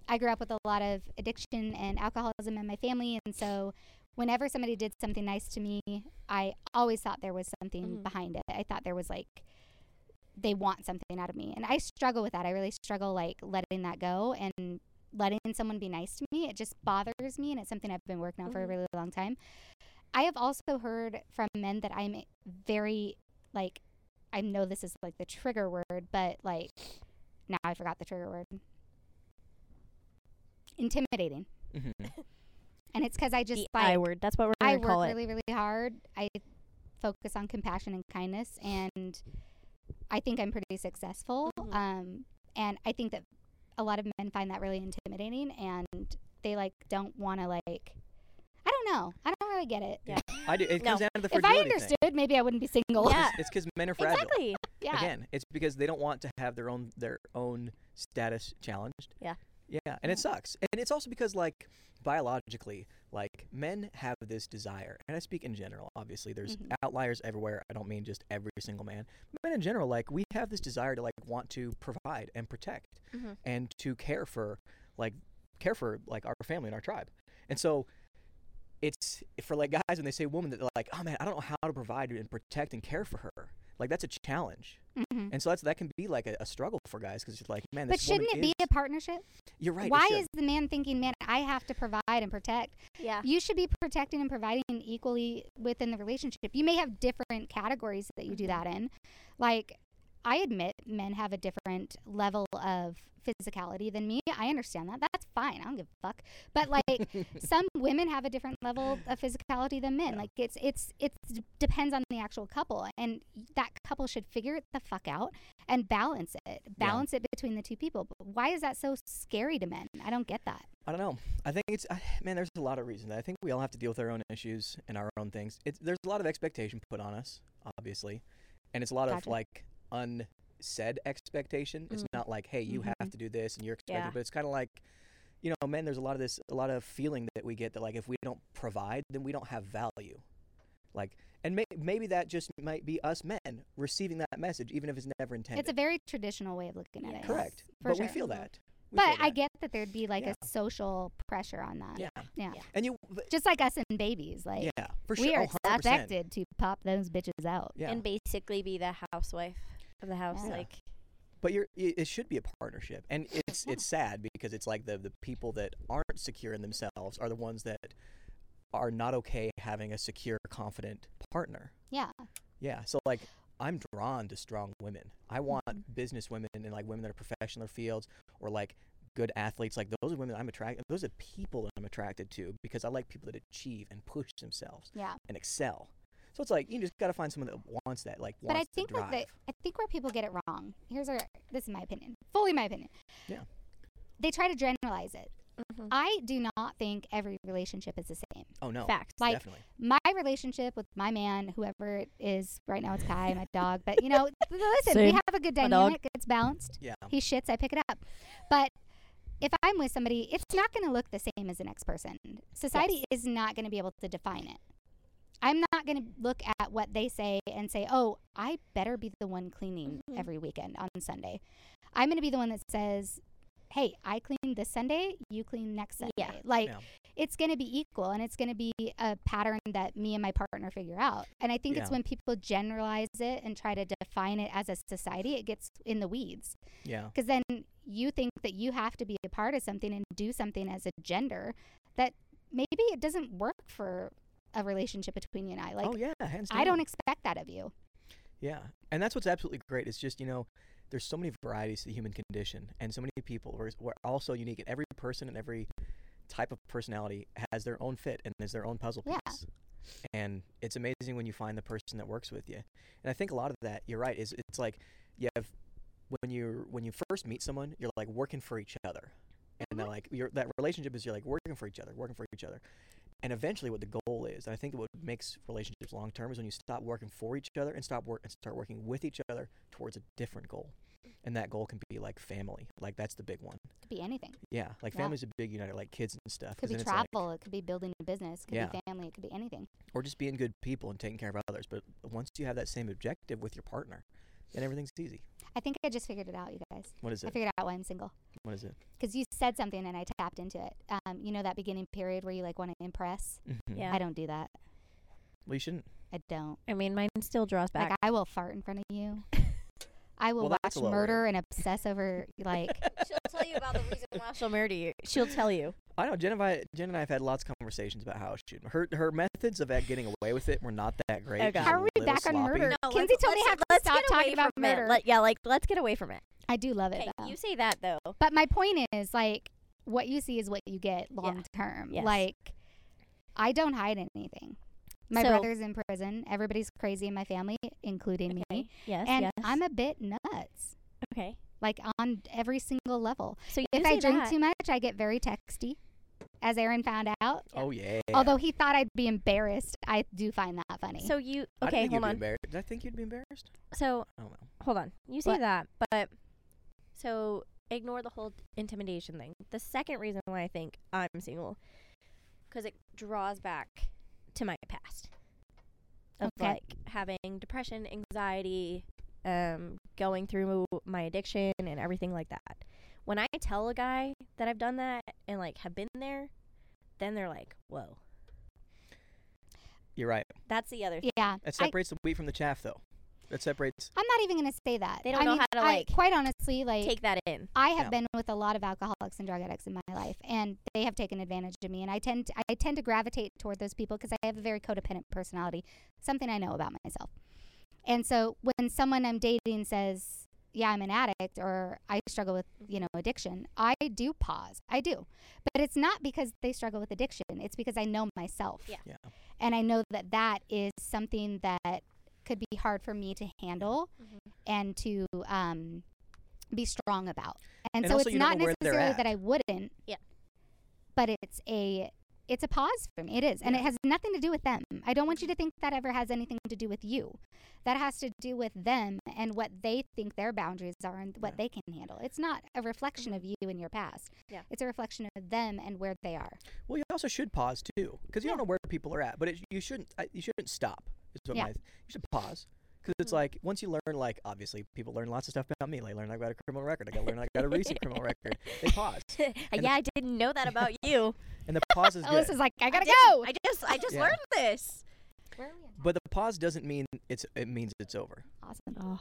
Speaker 1: I grew up with a lot of addiction and alcoholism in my family, and so whenever somebody did something nice to me, I always thought there was something
Speaker 2: Mhm.
Speaker 1: behind it. I thought there was like they want something out of me, and I struggle with that. I really struggle like letting that go and letting someone be nice to me. It just bothers me, and it's something I've been working on for a
Speaker 2: Mhm.
Speaker 1: really long time. I have also heard from men that I'm very like I know this is like the trigger word, but like now I forgot the trigger word. Intimidating.
Speaker 3: Mhm.
Speaker 1: And it's cuz I just
Speaker 2: the E I
Speaker 1: like
Speaker 2: word. That's what we're
Speaker 1: I
Speaker 2: going to
Speaker 1: work
Speaker 2: call it.
Speaker 1: really really hard. I focus on compassion and kindness and I think I'm pretty successful.
Speaker 2: Mhm.
Speaker 1: Um and I think that a lot of men find that really intimidating and they like don't want to like I don't know. I don't really get it.
Speaker 3: Yeah. I do. It
Speaker 2: No.
Speaker 3: comes down to the
Speaker 1: If I
Speaker 3: fragility
Speaker 1: understood, maybe I wouldn't be single.
Speaker 3: thing.
Speaker 2: Yeah.
Speaker 3: It's because men are fragile.
Speaker 2: Exactly.
Speaker 1: yeah.
Speaker 3: Again, it's because they don't want to have their own their own status challenged.
Speaker 2: Yeah.
Speaker 3: Yeah, and it sucks. And it's also because like biologically, like men have this desire. And I speak in general, obviously. There's
Speaker 1: Mhm.
Speaker 3: outliers everywhere. I don't mean just every single man. Men in general like we have this desire to like want to provide and protect
Speaker 2: Mhm.
Speaker 3: and to care for like care for like our family and our tribe. And so it's for like guys when they say woman that they're like, "Oh man, I don't know how to provide and protect and care for her." Like that's a challenge.
Speaker 1: Mhm.
Speaker 3: And so that's that can be like a, a struggle for guys because it's like, man,
Speaker 1: But
Speaker 3: this woman
Speaker 1: shouldn't it be
Speaker 3: is-
Speaker 1: a partnership?
Speaker 3: You're right. it
Speaker 1: Why
Speaker 3: should.
Speaker 1: is the man thinking, man, I have to provide and protect?
Speaker 2: Yeah.
Speaker 1: You should be protecting and providing equally within the relationship. You may have different categories that you do
Speaker 2: Mhm.
Speaker 1: that in. Like, I admit men have a different level of physicality than me. I understand that. That's fine. I don't give a fuck. But like some women have a different level of physicality than men.
Speaker 3: Yeah.
Speaker 1: Like it's it's it depends on the actual couple and that couple should figure it the fuck out and balance it. Balance it between the two people. But why is that so scary to men? I don't get that.
Speaker 3: I don't know. I think it's I, man. There's a lot of reasons. I think we all have to deal with our own issues and our own things. It's there's a lot of expectation put on us, obviously, and it's a lot of
Speaker 1: Gotcha.
Speaker 3: like unsaid expectation. It's
Speaker 2: Mm.
Speaker 3: not like, hey, you have
Speaker 1: Mhm.
Speaker 3: to do this and you're expected,
Speaker 2: Yeah.
Speaker 3: but it's kind of like, you know, men. There's a lot of this, a lot of feeling that we get that like if we don't provide, then we don't have value. Like, and may, maybe that just might be us men receiving that message, even if it's never intended.
Speaker 1: It's a very traditional way of looking at
Speaker 2: Yeah.
Speaker 1: it.
Speaker 3: Correct.
Speaker 1: For
Speaker 3: but
Speaker 1: sure.
Speaker 3: we feel that. We
Speaker 1: but
Speaker 3: feel
Speaker 1: I
Speaker 3: that.
Speaker 1: get that there'd be like
Speaker 3: Yeah.
Speaker 1: a social pressure on that.
Speaker 3: Yeah.
Speaker 1: Yeah.
Speaker 2: Yeah.
Speaker 3: And you. But,
Speaker 1: Just like us and babies. Like
Speaker 3: yeah. For
Speaker 1: we
Speaker 3: sure.
Speaker 1: are
Speaker 3: oh, 100%.
Speaker 1: expected to pop those bitches out.
Speaker 3: Yeah.
Speaker 2: And basically be the housewife of the house.
Speaker 1: Yeah.
Speaker 2: Like,
Speaker 3: but you're. i- It should be a partnership, and it's
Speaker 2: Yeah.
Speaker 3: it's sad because it's like the the people that aren't secure in themselves are the ones that are not okay having a secure, confident partner.
Speaker 1: Yeah.
Speaker 3: Yeah. So like. I'm drawn to strong women. I want
Speaker 1: Mm-hmm.
Speaker 3: business women and like women that are professional in their fields or like good athletes. Like those are women I'm attracted. Those are people that I'm attracted to because I like people that achieve and push themselves.
Speaker 1: Yeah.
Speaker 3: and excel. So it's like you just gotta find someone that wants that, like
Speaker 1: But
Speaker 3: wants
Speaker 1: I think
Speaker 3: to drive.
Speaker 1: like the, I think where people get it wrong. Here's our this is my opinion. Fully my opinion.
Speaker 3: Yeah.
Speaker 1: They try to generalize it.
Speaker 2: mhm.
Speaker 1: I do not think every relationship is the same.
Speaker 3: oh no,
Speaker 2: facts.
Speaker 1: like-
Speaker 3: definitely.
Speaker 1: My relationship with my man, whoever it is right now, it's Kai, my dog. But you know, listen, we
Speaker 2: Same.
Speaker 1: have a good
Speaker 2: My dog.
Speaker 1: dynamic. It's balanced.
Speaker 3: Yeah,
Speaker 1: He shits, I pick it up. But if I'm with somebody, it's not going to look the same as the next person. Society is not going to be able to define it. I'm not going to look at what they say and say, oh, I better be the one cleaning
Speaker 2: Mhm.
Speaker 1: every weekend on Sunday. I'm going to be the one that says, hey, I clean this Sunday, you clean next Sunday.
Speaker 2: Yeah.
Speaker 1: Like,
Speaker 3: Yeah.
Speaker 1: it's going to be equal and it's going to be a pattern that me and my partner figure out. And I think it's
Speaker 3: Yeah.
Speaker 1: when people generalize it and try to define it as a society, it gets in the weeds
Speaker 3: yeah,
Speaker 1: because then you think that you have to be a part of something and do something as a gender that maybe it doesn't work for a relationship between you and I. Like,
Speaker 3: oh yeah, hands down.
Speaker 1: I don't e expect that of you.
Speaker 3: yeah, and that's what's absolutely great. It's just you know, there's so many varieties to the human condition, and so many people are, we're all so unique, and every person and every type of personality has their own fit and is their own puzzle
Speaker 1: Yeah.
Speaker 3: piece. and it's amazing when you find the person that works with you. And I think a lot of that, you're right, is it's like you have when you when you first meet someone, you're like working for each other, and
Speaker 1: Mm-hmm.
Speaker 3: they're like your that relationship is you're like working for each other, working for each other, and eventually what the goal is, and I think what makes relationships long term is when you stop working for each other and stop work and start working with each other towards a different goal, and that goal can be like family, like that's the big one.
Speaker 1: Could be anything.
Speaker 3: Yeah, like
Speaker 1: Yeah.
Speaker 3: family's a big uniter, like kids and stuff.
Speaker 1: Could
Speaker 3: 'cause
Speaker 1: be
Speaker 3: then it's like-
Speaker 1: travel. it could be building a business. It could
Speaker 3: Yeah.
Speaker 1: be family. It could be anything.
Speaker 3: or just being good people and taking care of others. But once you have that same objective with your partner, then everything's easy.
Speaker 1: I think I just figured it out, you guys.
Speaker 3: What is
Speaker 1: I
Speaker 3: it?
Speaker 1: figured out why I'm single.
Speaker 3: What is it?
Speaker 1: Because you said something and I tapped into it. Um, you know that beginning period where you like want to impress?
Speaker 3: Mhm.
Speaker 2: Yeah.
Speaker 1: I don't do that.
Speaker 3: Well, you shouldn't.
Speaker 1: I don't.
Speaker 2: I mean, mine still draws back.
Speaker 1: Like I will fart in front of you. I will
Speaker 3: Well, that's
Speaker 1: watch
Speaker 3: a low
Speaker 1: murder and obsess over like
Speaker 2: she'll tell you about the reason why she'll murder you. She'll tell you.
Speaker 3: I know Jen and I, Jen and I have had lots of conversations about how she, her her methods of at getting away with it were not that great.
Speaker 2: Okay.
Speaker 3: She's
Speaker 1: How
Speaker 3: a
Speaker 1: are we
Speaker 3: little
Speaker 1: back on
Speaker 3: sloppy.
Speaker 1: murder?
Speaker 2: No,
Speaker 1: Kinsey
Speaker 2: let's-
Speaker 1: told me
Speaker 2: let's-
Speaker 1: I have to
Speaker 2: let's
Speaker 1: stop
Speaker 2: get
Speaker 1: talking
Speaker 2: away
Speaker 1: about
Speaker 2: from it.
Speaker 1: murder.
Speaker 2: Let- yeah, like let's get away from it. um,
Speaker 1: I do love it
Speaker 2: Okay,
Speaker 1: though.
Speaker 2: you say that though.
Speaker 1: But my point is like what you see is what you get long term.
Speaker 2: Yes.
Speaker 1: Like I don't hide anything. My
Speaker 2: So-
Speaker 1: brother's in prison. Everybody's crazy in my family, including me.
Speaker 2: Yes.
Speaker 1: And
Speaker 2: yes.
Speaker 1: I'm a bit nuts.
Speaker 2: okay.
Speaker 1: Like on every single level.
Speaker 2: So you
Speaker 1: if
Speaker 2: say
Speaker 1: I drink
Speaker 2: that.
Speaker 1: too much, I get very texty, as Aaron found out.
Speaker 3: Oh yeah.
Speaker 1: Although he thought I'd be embarrassed, I do find that funny.
Speaker 2: So you
Speaker 3: I didn't
Speaker 2: okay?
Speaker 3: think you'd
Speaker 2: Hold
Speaker 3: be
Speaker 2: on.
Speaker 3: embarrassed. Did I think you'd be embarrassed?
Speaker 2: So
Speaker 3: I don't know.
Speaker 2: hold on. You say
Speaker 1: What?
Speaker 2: that, but so ignore the whole intimidation thing. The second reason why I think I'm single, because it draws back to my past of
Speaker 1: Okay.
Speaker 2: like having depression, anxiety, um, going through my addiction and everything like that. When I tell a guy that I've done that and like have been there, then they're like, "Whoa,
Speaker 3: You're right.
Speaker 2: that's the other." thing.
Speaker 1: yeah,
Speaker 3: That
Speaker 1: I,
Speaker 3: separates the wheat from the chaff, though. That separates.
Speaker 1: I'm not even gonna say that.
Speaker 2: They don't
Speaker 1: I
Speaker 2: know
Speaker 1: mean,
Speaker 2: how to,
Speaker 1: I-
Speaker 2: like,
Speaker 1: Quite honestly, like
Speaker 2: Take that in.
Speaker 1: I have
Speaker 3: Yeah.
Speaker 1: been with a lot of alcoholics and drug addicts in my life, and they have taken advantage of me. And I tend to, I tend to gravitate toward those people because I have a very codependent personality, something I know about myself. And so when someone I'm dating says, "Yeah, I'm an addict," or "I struggle with you know addiction," I do pause. I do, but it's not because they struggle with addiction. It's because I know myself,
Speaker 2: Yeah.
Speaker 3: Yeah.
Speaker 1: and I know that that is something that could be hard for me to handle
Speaker 3: Mm-hmm.
Speaker 1: and to um, be strong about. And,
Speaker 3: And
Speaker 1: so
Speaker 3: also
Speaker 1: it's
Speaker 3: you don't
Speaker 1: not
Speaker 3: know where they're
Speaker 1: necessarily
Speaker 3: at.
Speaker 1: that I wouldn't.
Speaker 2: Yeah.
Speaker 1: But it's a it's a pause for me. It is, and it has nothing to do with them. I don't want you to think that ever has anything to do with you. That has to do with them and what they think their boundaries are and what
Speaker 3: Yeah. Mm-hmm.
Speaker 1: they can handle. It's not a reflection of you and your past.
Speaker 2: Yeah.
Speaker 1: It's a reflection of them and where they are.
Speaker 3: Well, you also should pause too, because you don't know where people are at. But it, you shouldn't. I, you shouldn't stop. Is what
Speaker 1: Yeah.
Speaker 3: my, you should pause, because
Speaker 2: Hmm.
Speaker 3: it's like once you learn, like obviously people learn lots of stuff about me. They learn I got a criminal record. I got to learn I got a recent criminal record. They pause, And-
Speaker 2: yeah, I didn't know that about you.
Speaker 3: and the pause is
Speaker 1: Oh,
Speaker 3: good.
Speaker 1: this is like I gotta
Speaker 2: just-
Speaker 1: go.
Speaker 2: I just I just
Speaker 3: Yeah.
Speaker 2: learned this.
Speaker 3: but the pause doesn't mean it's. It means it's over.
Speaker 1: awesome.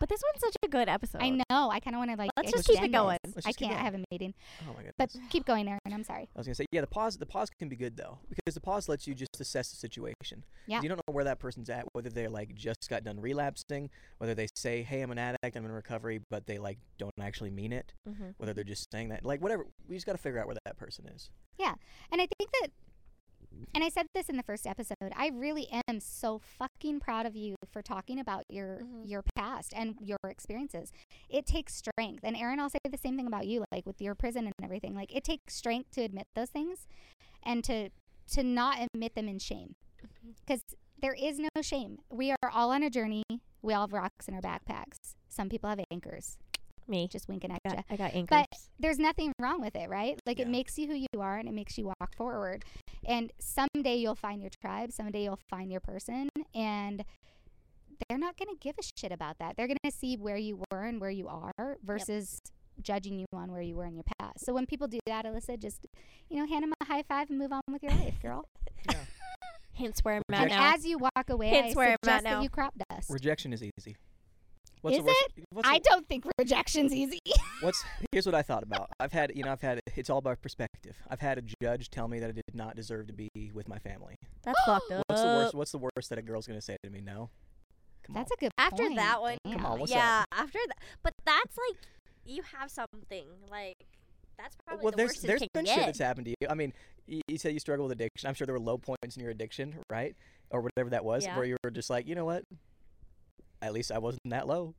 Speaker 2: But this one's such a good episode.
Speaker 1: I know. I kind of want to like.
Speaker 2: Let's just keep it
Speaker 1: extend
Speaker 2: going.
Speaker 1: this.
Speaker 3: Let's
Speaker 1: I
Speaker 3: just keep
Speaker 1: can't. I
Speaker 3: going.
Speaker 1: have a meeting.
Speaker 3: Oh my goodness.
Speaker 1: But keep going, Aaron. I'm sorry.
Speaker 3: I was gonna say, yeah, the pause. The pause can be good though, because the pause lets you just assess the situation. 'Cause
Speaker 1: Yeah.
Speaker 3: You don't know where that person's at, whether they're like just got done relapsing, whether they say, "Hey, I'm an addict, I'm in recovery," but they like don't actually mean it,
Speaker 1: Mm-hmm.
Speaker 2: Mhm.
Speaker 3: whether they're just saying that, like whatever. We just gotta figure out where that person is.
Speaker 1: And I think that, and I said this in the first episode. I really am so fucking proud of you for talking about your
Speaker 2: Mhm.
Speaker 1: your past and your experiences. It takes strength. And Aaron, I'll say the same thing about you, like with your prison and everything. Like it takes strength to admit those things, and to to not admit them in shame,
Speaker 2: Mm-hmm.
Speaker 1: because there is no shame. We are all on a journey. We all have rocks in our backpacks. Some people have anchors,
Speaker 2: Me.
Speaker 1: just winking at
Speaker 2: I
Speaker 1: you.
Speaker 2: got, I got anchors.
Speaker 1: there's nothing wrong with it, right? Like it
Speaker 3: Yeah.
Speaker 1: makes you who you are and it makes you walk forward. And someday you'll find your tribe, someday you'll find your person and they're not going to give a shit about that. They're going to see where you were and where you are versus judging you on where you were in your past. So when people do that, Alyssa, just you know, hand them a high five and move on with your life, girl.
Speaker 2: Hints where I'm at
Speaker 1: and
Speaker 2: now.
Speaker 1: as you walk away,
Speaker 2: Hence
Speaker 1: I
Speaker 2: where I'm at
Speaker 1: suggest that
Speaker 2: now.
Speaker 1: you crop dust.
Speaker 3: Rejection is easy.
Speaker 1: Is
Speaker 3: What's
Speaker 1: I
Speaker 3: the,
Speaker 1: don't think rejection's easy.
Speaker 3: what's here's what I thought about. I've had you know I've had it's all about perspective. I've had a judge tell me that I did not deserve to be with my family.
Speaker 2: That's fucked up.
Speaker 3: What's the worst? What's the worst that a girl's gonna say to me? No. Come
Speaker 1: That's
Speaker 3: on.
Speaker 1: a good
Speaker 2: After
Speaker 1: point.
Speaker 2: that one,
Speaker 1: Damn.
Speaker 3: Come on, what's
Speaker 2: yeah, after that, but that's like you have something like that's probably
Speaker 3: well,
Speaker 2: the
Speaker 3: there's
Speaker 2: worst it
Speaker 3: there's
Speaker 2: can
Speaker 3: been
Speaker 2: get.
Speaker 3: shit that's happened to you. I mean, you, you said you struggle with addiction. I'm sure there were low points in your addiction, right, or whatever that was,
Speaker 2: Yeah.
Speaker 3: where you were just like, you know what? At least I wasn't that low.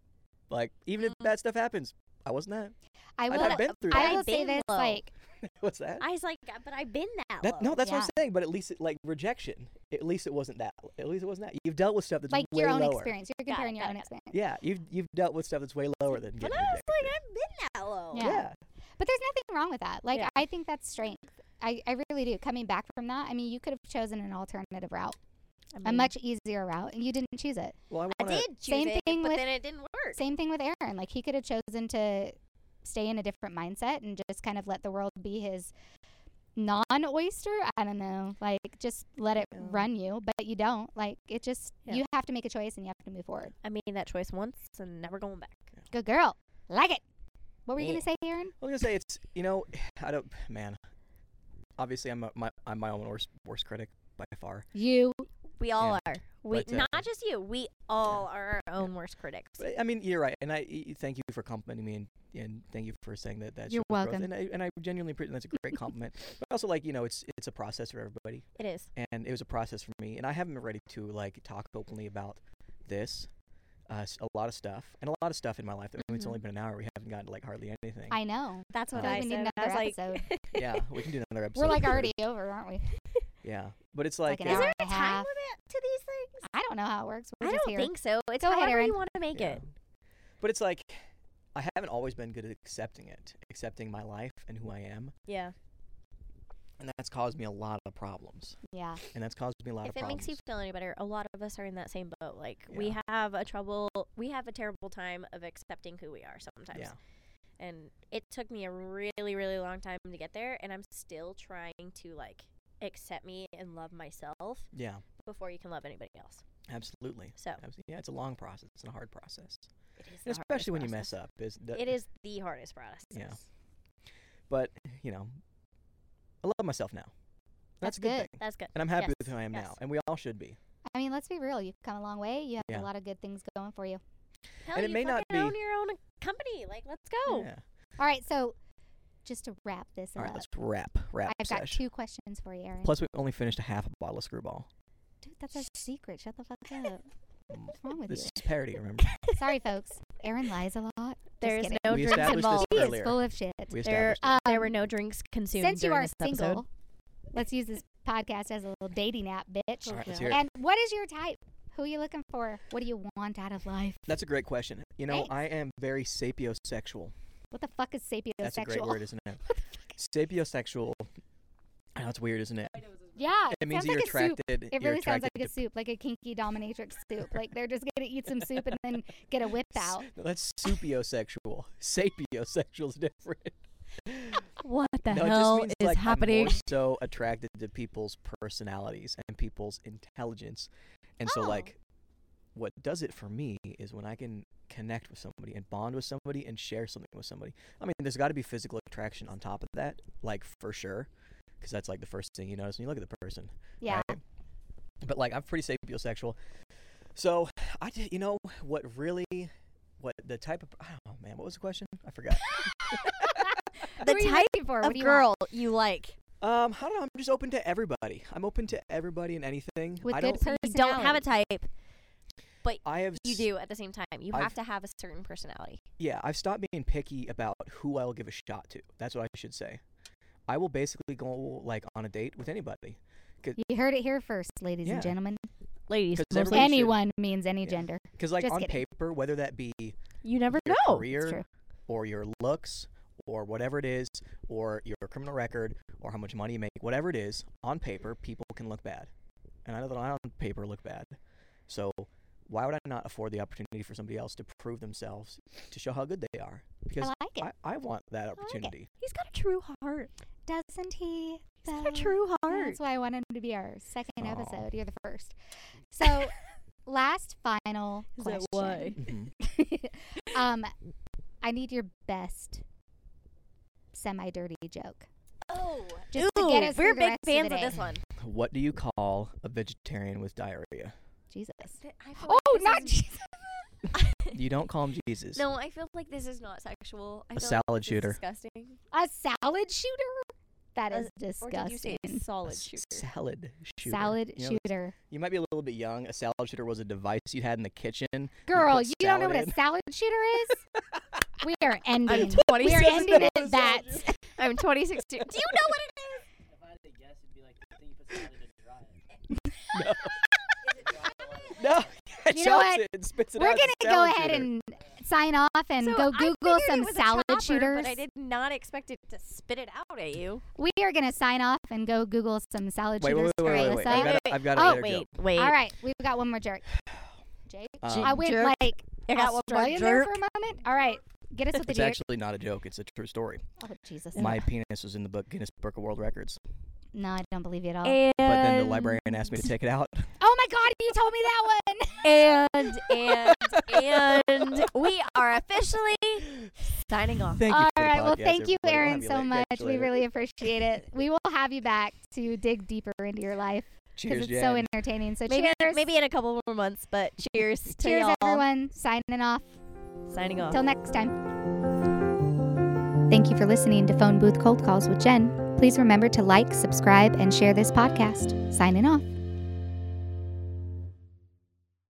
Speaker 3: Like, even if
Speaker 2: Mm.
Speaker 3: that stuff happens, I wasn't that.
Speaker 1: I
Speaker 3: I've
Speaker 1: will.
Speaker 2: wanna-
Speaker 3: been through
Speaker 1: I
Speaker 3: that.
Speaker 1: will say
Speaker 2: been
Speaker 1: this
Speaker 2: low.
Speaker 1: like
Speaker 3: What's that?
Speaker 2: I was like, "God, but I've been that.
Speaker 3: That, no,
Speaker 2: low."
Speaker 3: that's what
Speaker 1: Yeah.
Speaker 3: I'm saying. But at least, it, like rejection, at least it wasn't that. At least it wasn't that. You've dealt with stuff that's
Speaker 1: like
Speaker 3: way
Speaker 1: your own
Speaker 3: lower.
Speaker 1: experience. You're
Speaker 2: Got it,
Speaker 1: comparing your
Speaker 2: got
Speaker 1: own
Speaker 2: it,
Speaker 1: experience.
Speaker 3: Yeah, you've you've dealt with stuff that's way lower than
Speaker 2: But
Speaker 3: getting
Speaker 2: I was like,
Speaker 3: rejected.
Speaker 2: I've been that low.
Speaker 1: Yeah. But there's nothing wrong with that. Like
Speaker 2: Yeah.
Speaker 1: I think that's strength. I, I really do. Coming back from that, I mean, you could have chosen an alternative route, a
Speaker 2: mean,
Speaker 1: much easier route, and you didn't choose it.
Speaker 3: Well, I
Speaker 2: I
Speaker 3: want
Speaker 2: did
Speaker 3: to.
Speaker 2: choose
Speaker 1: Same
Speaker 2: it,
Speaker 1: thing
Speaker 2: but
Speaker 1: with-
Speaker 2: then it didn't work.
Speaker 1: Same thing with Aaron. Like he could have chosen to stay in a different mindset and just kind of let the world be his non-oyster. I don't know. Like just let it
Speaker 2: Yeah.
Speaker 1: run you, but you don't. Like it just
Speaker 2: Yeah.
Speaker 1: you have to make a choice and you have to move forward.
Speaker 2: I made that choice once and never going back.
Speaker 1: Good girl. Like it. What were you
Speaker 3: Yeah.
Speaker 1: gonna say, Aaron?
Speaker 3: I was gonna say it's you know I don't man. Obviously, I'm a, my I'm my own worst worst critic by far.
Speaker 1: You
Speaker 2: We all are. We
Speaker 3: But, uh,
Speaker 2: not just you. We all are our own worst critics.
Speaker 3: But, I mean, you're right, and I y- y- thank you for complimenting me, and, and thank you for saying that. That
Speaker 1: You're
Speaker 3: shows growth,
Speaker 1: welcome.
Speaker 3: and I and I genuinely appreciate that's a great compliment. but also, like you know, it's it's a process for everybody,
Speaker 2: It is.
Speaker 3: and it was a process for me, and I haven't been ready to like talk openly about this. Uh, s- a lot of stuff, and a lot of stuff in my life. That I mean, it's
Speaker 2: Mhm.
Speaker 3: only been an hour. We haven't gotten to like hardly anything.
Speaker 1: Mm-hmm. I know.
Speaker 2: That's what
Speaker 3: Uh,
Speaker 2: I
Speaker 1: we
Speaker 2: said.
Speaker 1: need
Speaker 2: I was
Speaker 1: another
Speaker 2: like,
Speaker 1: episode.
Speaker 3: yeah, we can do another episode.
Speaker 1: We're like
Speaker 3: later.
Speaker 1: already over, aren't we?
Speaker 3: Yeah, but it's
Speaker 1: Like an
Speaker 3: like, uh,
Speaker 2: is there
Speaker 1: and a
Speaker 2: a time
Speaker 1: half.
Speaker 2: limit to these things?
Speaker 1: I don't know how it works. We're
Speaker 2: I
Speaker 1: just
Speaker 2: don't
Speaker 1: here.
Speaker 2: think so. It's
Speaker 1: Go ahead,
Speaker 2: however you
Speaker 1: Erin.
Speaker 2: want to make
Speaker 3: yeah.
Speaker 2: it.
Speaker 3: But it's like I haven't always been good at accepting it, accepting my life and who I am,
Speaker 2: Yeah.
Speaker 3: and that's caused me a lot of problems.
Speaker 1: Yeah.
Speaker 3: And that's caused me a lot
Speaker 2: If
Speaker 3: of
Speaker 2: it
Speaker 3: problems.
Speaker 2: makes you feel any better, a lot of us are in that same boat. Like we have a trouble, we have a terrible time of accepting who we are sometimes.
Speaker 3: yeah.
Speaker 2: And it took me a really, really long time to get there, and I'm still trying to like accept me and love myself
Speaker 3: Yeah.
Speaker 2: before you can love anybody else.
Speaker 3: Absolutely.
Speaker 2: So
Speaker 3: Absolutely. Yeah, it's a long process. It's a hard process.
Speaker 2: it is, the
Speaker 3: And especially when
Speaker 2: hardest
Speaker 3: you
Speaker 2: process.
Speaker 3: mess up. Is the,
Speaker 2: It is the hardest process.
Speaker 3: But, you know, I love myself now.
Speaker 1: That's
Speaker 3: That's, a good,
Speaker 1: good.
Speaker 3: thing.
Speaker 2: That's good.
Speaker 3: And I'm happy with
Speaker 2: Yes,
Speaker 3: who I am
Speaker 2: yes.
Speaker 3: now. And we all should be.
Speaker 1: I mean, let's be real. You've come a long way. You have
Speaker 3: Yeah.
Speaker 1: a lot of good things going for you.
Speaker 2: Hell,
Speaker 3: And it
Speaker 2: you
Speaker 3: may not
Speaker 2: fucking own
Speaker 3: be-
Speaker 2: your own company. Like, let's go.
Speaker 3: Yeah.
Speaker 1: All right. So, just to wrap this
Speaker 3: All
Speaker 1: up,
Speaker 3: right, let's wrap. Wrap
Speaker 1: I've got
Speaker 3: sesh.
Speaker 1: two questions for you, Aaron.
Speaker 3: Plus, we only finished a half a bottle of screwball.
Speaker 1: Dude, that's our secret. Shut the fuck up. What's wrong with
Speaker 3: This
Speaker 1: you?
Speaker 3: is parody, remember?
Speaker 1: Sorry, folks. Aaron lies a lot. Just
Speaker 2: There's
Speaker 1: kidding.
Speaker 2: no
Speaker 3: We
Speaker 2: drinks
Speaker 3: established this
Speaker 2: involved.
Speaker 1: He is
Speaker 3: earlier.
Speaker 1: full of shit.
Speaker 3: We
Speaker 2: There,
Speaker 3: established
Speaker 1: uh,
Speaker 2: there were no drinks consumed
Speaker 1: Since you
Speaker 2: during
Speaker 1: are
Speaker 2: this
Speaker 1: single,
Speaker 2: episode.
Speaker 1: let's use this podcast as a little dating app, bitch.
Speaker 3: it. All right, let's
Speaker 2: yeah.
Speaker 3: hear it.
Speaker 1: And what is your type? Who are you looking for? What do you want out of life?
Speaker 3: That's a great question. You know,
Speaker 1: Thanks.
Speaker 3: I am very sapiosexual.
Speaker 1: What the fuck is sapiosexual?
Speaker 3: That's a great word, isn't it? Sapiosexual. I know it's weird, isn't it?
Speaker 1: Yeah,
Speaker 3: It
Speaker 1: sounds
Speaker 3: means that you're
Speaker 1: like a soup.
Speaker 3: attracted.
Speaker 1: It
Speaker 3: you're
Speaker 1: really sounds
Speaker 3: attracted
Speaker 1: like a soup, like a kinky dominatrix soup. Like they're just gonna eat some soup and then get a whip
Speaker 3: S-
Speaker 1: out.
Speaker 3: No, that's supiosexual. Sapiosexual is different.
Speaker 2: What the
Speaker 3: no, it just means like I'm more so attracted to people's personalities and people's intelligence, and so
Speaker 2: Oh.
Speaker 3: like, what does it for me is when I can connect with somebody and bond with somebody and share something with somebody. I mean, there's got to be physical attraction on top of that, like for sure, because that's like the first thing you notice when you look at the person.
Speaker 1: Yeah.
Speaker 3: right? But like, I'm pretty sapiosexual. So I, did, you know, what really, what the type of, oh man, what was the question? I forgot.
Speaker 1: Who
Speaker 2: The
Speaker 1: are you
Speaker 2: type
Speaker 1: looking for? What
Speaker 2: of
Speaker 1: do you want?
Speaker 2: girl you like.
Speaker 3: Um, I don't know. I'm just open to everybody. I'm open to everybody and anything.
Speaker 1: With
Speaker 3: I
Speaker 1: good
Speaker 3: don't.
Speaker 1: per-
Speaker 2: You don't have a type.
Speaker 3: I have.
Speaker 2: You
Speaker 3: s-
Speaker 2: do at the same time. You
Speaker 3: I've-
Speaker 2: have to have a certain personality.
Speaker 3: Yeah, I've stopped being picky about who I'll give a shot to. That's what I should say. I will basically go like on a date with anybody.
Speaker 1: You heard it here first, ladies
Speaker 3: Yeah.
Speaker 1: and gentlemen.
Speaker 2: Ladies,
Speaker 3: 'Cause
Speaker 2: mostly.
Speaker 3: everybody- should-
Speaker 1: Anyone means any
Speaker 3: Yeah.
Speaker 1: gender.
Speaker 3: Because like
Speaker 1: Just
Speaker 3: on
Speaker 1: kidding.
Speaker 3: paper, whether that be
Speaker 2: you never
Speaker 3: your
Speaker 2: know.
Speaker 1: It's
Speaker 3: career
Speaker 1: true.
Speaker 3: or your looks or whatever it is, or your criminal record or how much money you make, whatever it is, on paper people can look bad, and I know that I on paper look bad. So why would I not afford the opportunity for somebody else to prove themselves, to show how good they are? Because
Speaker 1: I like it.
Speaker 3: I, I want that
Speaker 1: it.
Speaker 3: opportunity.
Speaker 2: He's got a true heart.
Speaker 1: Doesn't he?
Speaker 2: He's got
Speaker 1: though?
Speaker 2: a true heart.
Speaker 1: That's why I wanted him to be our second
Speaker 3: Aw.
Speaker 1: episode. You're the first. So, last final
Speaker 2: Is
Speaker 1: question.
Speaker 2: that why?
Speaker 3: Mm-hmm.
Speaker 1: um, I need your best semi-dirty joke.
Speaker 2: Oh,
Speaker 1: Just to get us through
Speaker 2: we're
Speaker 1: the
Speaker 2: big
Speaker 1: rest of the
Speaker 2: fans
Speaker 1: day.
Speaker 2: this one.
Speaker 3: What do you call a vegetarian with diarrhea?
Speaker 1: Jesus.
Speaker 2: I feel like
Speaker 1: Oh,
Speaker 2: this
Speaker 1: not
Speaker 2: is-
Speaker 1: Jesus.
Speaker 3: You don't call him Jesus.
Speaker 2: no, I feel like this is not sexual. I
Speaker 3: A
Speaker 2: feel
Speaker 3: salad
Speaker 2: like this is
Speaker 3: shooter.
Speaker 2: Disgusting.
Speaker 1: A salad shooter? That
Speaker 2: Uh,
Speaker 1: is
Speaker 2: Or
Speaker 1: disgusting.
Speaker 2: did you say
Speaker 3: A
Speaker 2: solid
Speaker 3: s-
Speaker 2: shooter?
Speaker 3: salad shooter.
Speaker 1: Salad
Speaker 3: You know,
Speaker 1: shooter.
Speaker 3: You might be a little bit young. A salad shooter was a device you had in the kitchen.
Speaker 1: Girl,
Speaker 3: put
Speaker 1: you, don't know what
Speaker 3: salad
Speaker 1: a
Speaker 3: in.
Speaker 1: salad shooter is? we are ending.
Speaker 2: twenty
Speaker 1: We are
Speaker 2: six.
Speaker 1: ending at that.
Speaker 2: I'm 26. too. Do you know what it is?
Speaker 4: If I had to guess, it'd be like the thing you put salad in to dry it.
Speaker 3: No, it
Speaker 1: You know
Speaker 3: shouts
Speaker 1: what?
Speaker 3: it and spits it
Speaker 1: We're
Speaker 3: out. It's
Speaker 1: gonna
Speaker 3: a
Speaker 1: go
Speaker 3: salad
Speaker 1: ahead
Speaker 3: shooter.
Speaker 1: and sign off and
Speaker 2: So
Speaker 1: go
Speaker 2: I
Speaker 1: Google
Speaker 2: figured it
Speaker 1: some
Speaker 2: was a
Speaker 1: salad
Speaker 2: chopper,
Speaker 1: shooters.
Speaker 2: But I did not expect it to spit it out at you.
Speaker 1: We are gonna sign off and go Google some salad
Speaker 3: Wait,
Speaker 1: shooters
Speaker 3: wait, wait,
Speaker 1: for
Speaker 3: wait, wait, wait.
Speaker 1: Alyssa.
Speaker 3: I've got, a, I've got
Speaker 2: oh,
Speaker 3: another
Speaker 2: wait,
Speaker 3: joke.
Speaker 2: wait.
Speaker 1: All right, we've got one more jerk. Jake,
Speaker 3: Um,
Speaker 1: I went
Speaker 2: jerk.
Speaker 1: like
Speaker 2: I got one more
Speaker 1: Australian there
Speaker 2: jerk.
Speaker 1: for a moment. All right, get us with the
Speaker 3: It's
Speaker 1: jerk.
Speaker 3: actually not a joke. It's a true story.
Speaker 1: oh Jesus!
Speaker 3: My penis was in the book Guinness Book of World Records,
Speaker 1: no, I don't believe you at all.
Speaker 2: And
Speaker 3: but then the librarian asked me to take it out.
Speaker 1: oh my God, you told me that one.
Speaker 2: And and and we are officially signing off.
Speaker 3: Thank you.
Speaker 1: All
Speaker 3: for the
Speaker 1: right. Well,
Speaker 3: podcast,
Speaker 1: thank you,
Speaker 3: everybody. We'll
Speaker 1: Aaron,
Speaker 3: have you
Speaker 1: so
Speaker 3: later.
Speaker 1: much.
Speaker 3: Catch you
Speaker 1: We
Speaker 3: later.
Speaker 1: really appreciate it. We will have you back to dig deeper into your life because
Speaker 3: Cheers,
Speaker 1: it's so
Speaker 3: Jen.
Speaker 1: entertaining. So
Speaker 2: Maybe
Speaker 1: cheers.
Speaker 2: maybe in a couple more months, but cheers to
Speaker 1: cheers,
Speaker 2: y'all.
Speaker 1: everyone. Signing off.
Speaker 2: Signing off.
Speaker 1: Till next time. Thank you for listening to Phone Booth Cold Calls with Jen. Please remember to like, subscribe, and share this podcast. Signing off.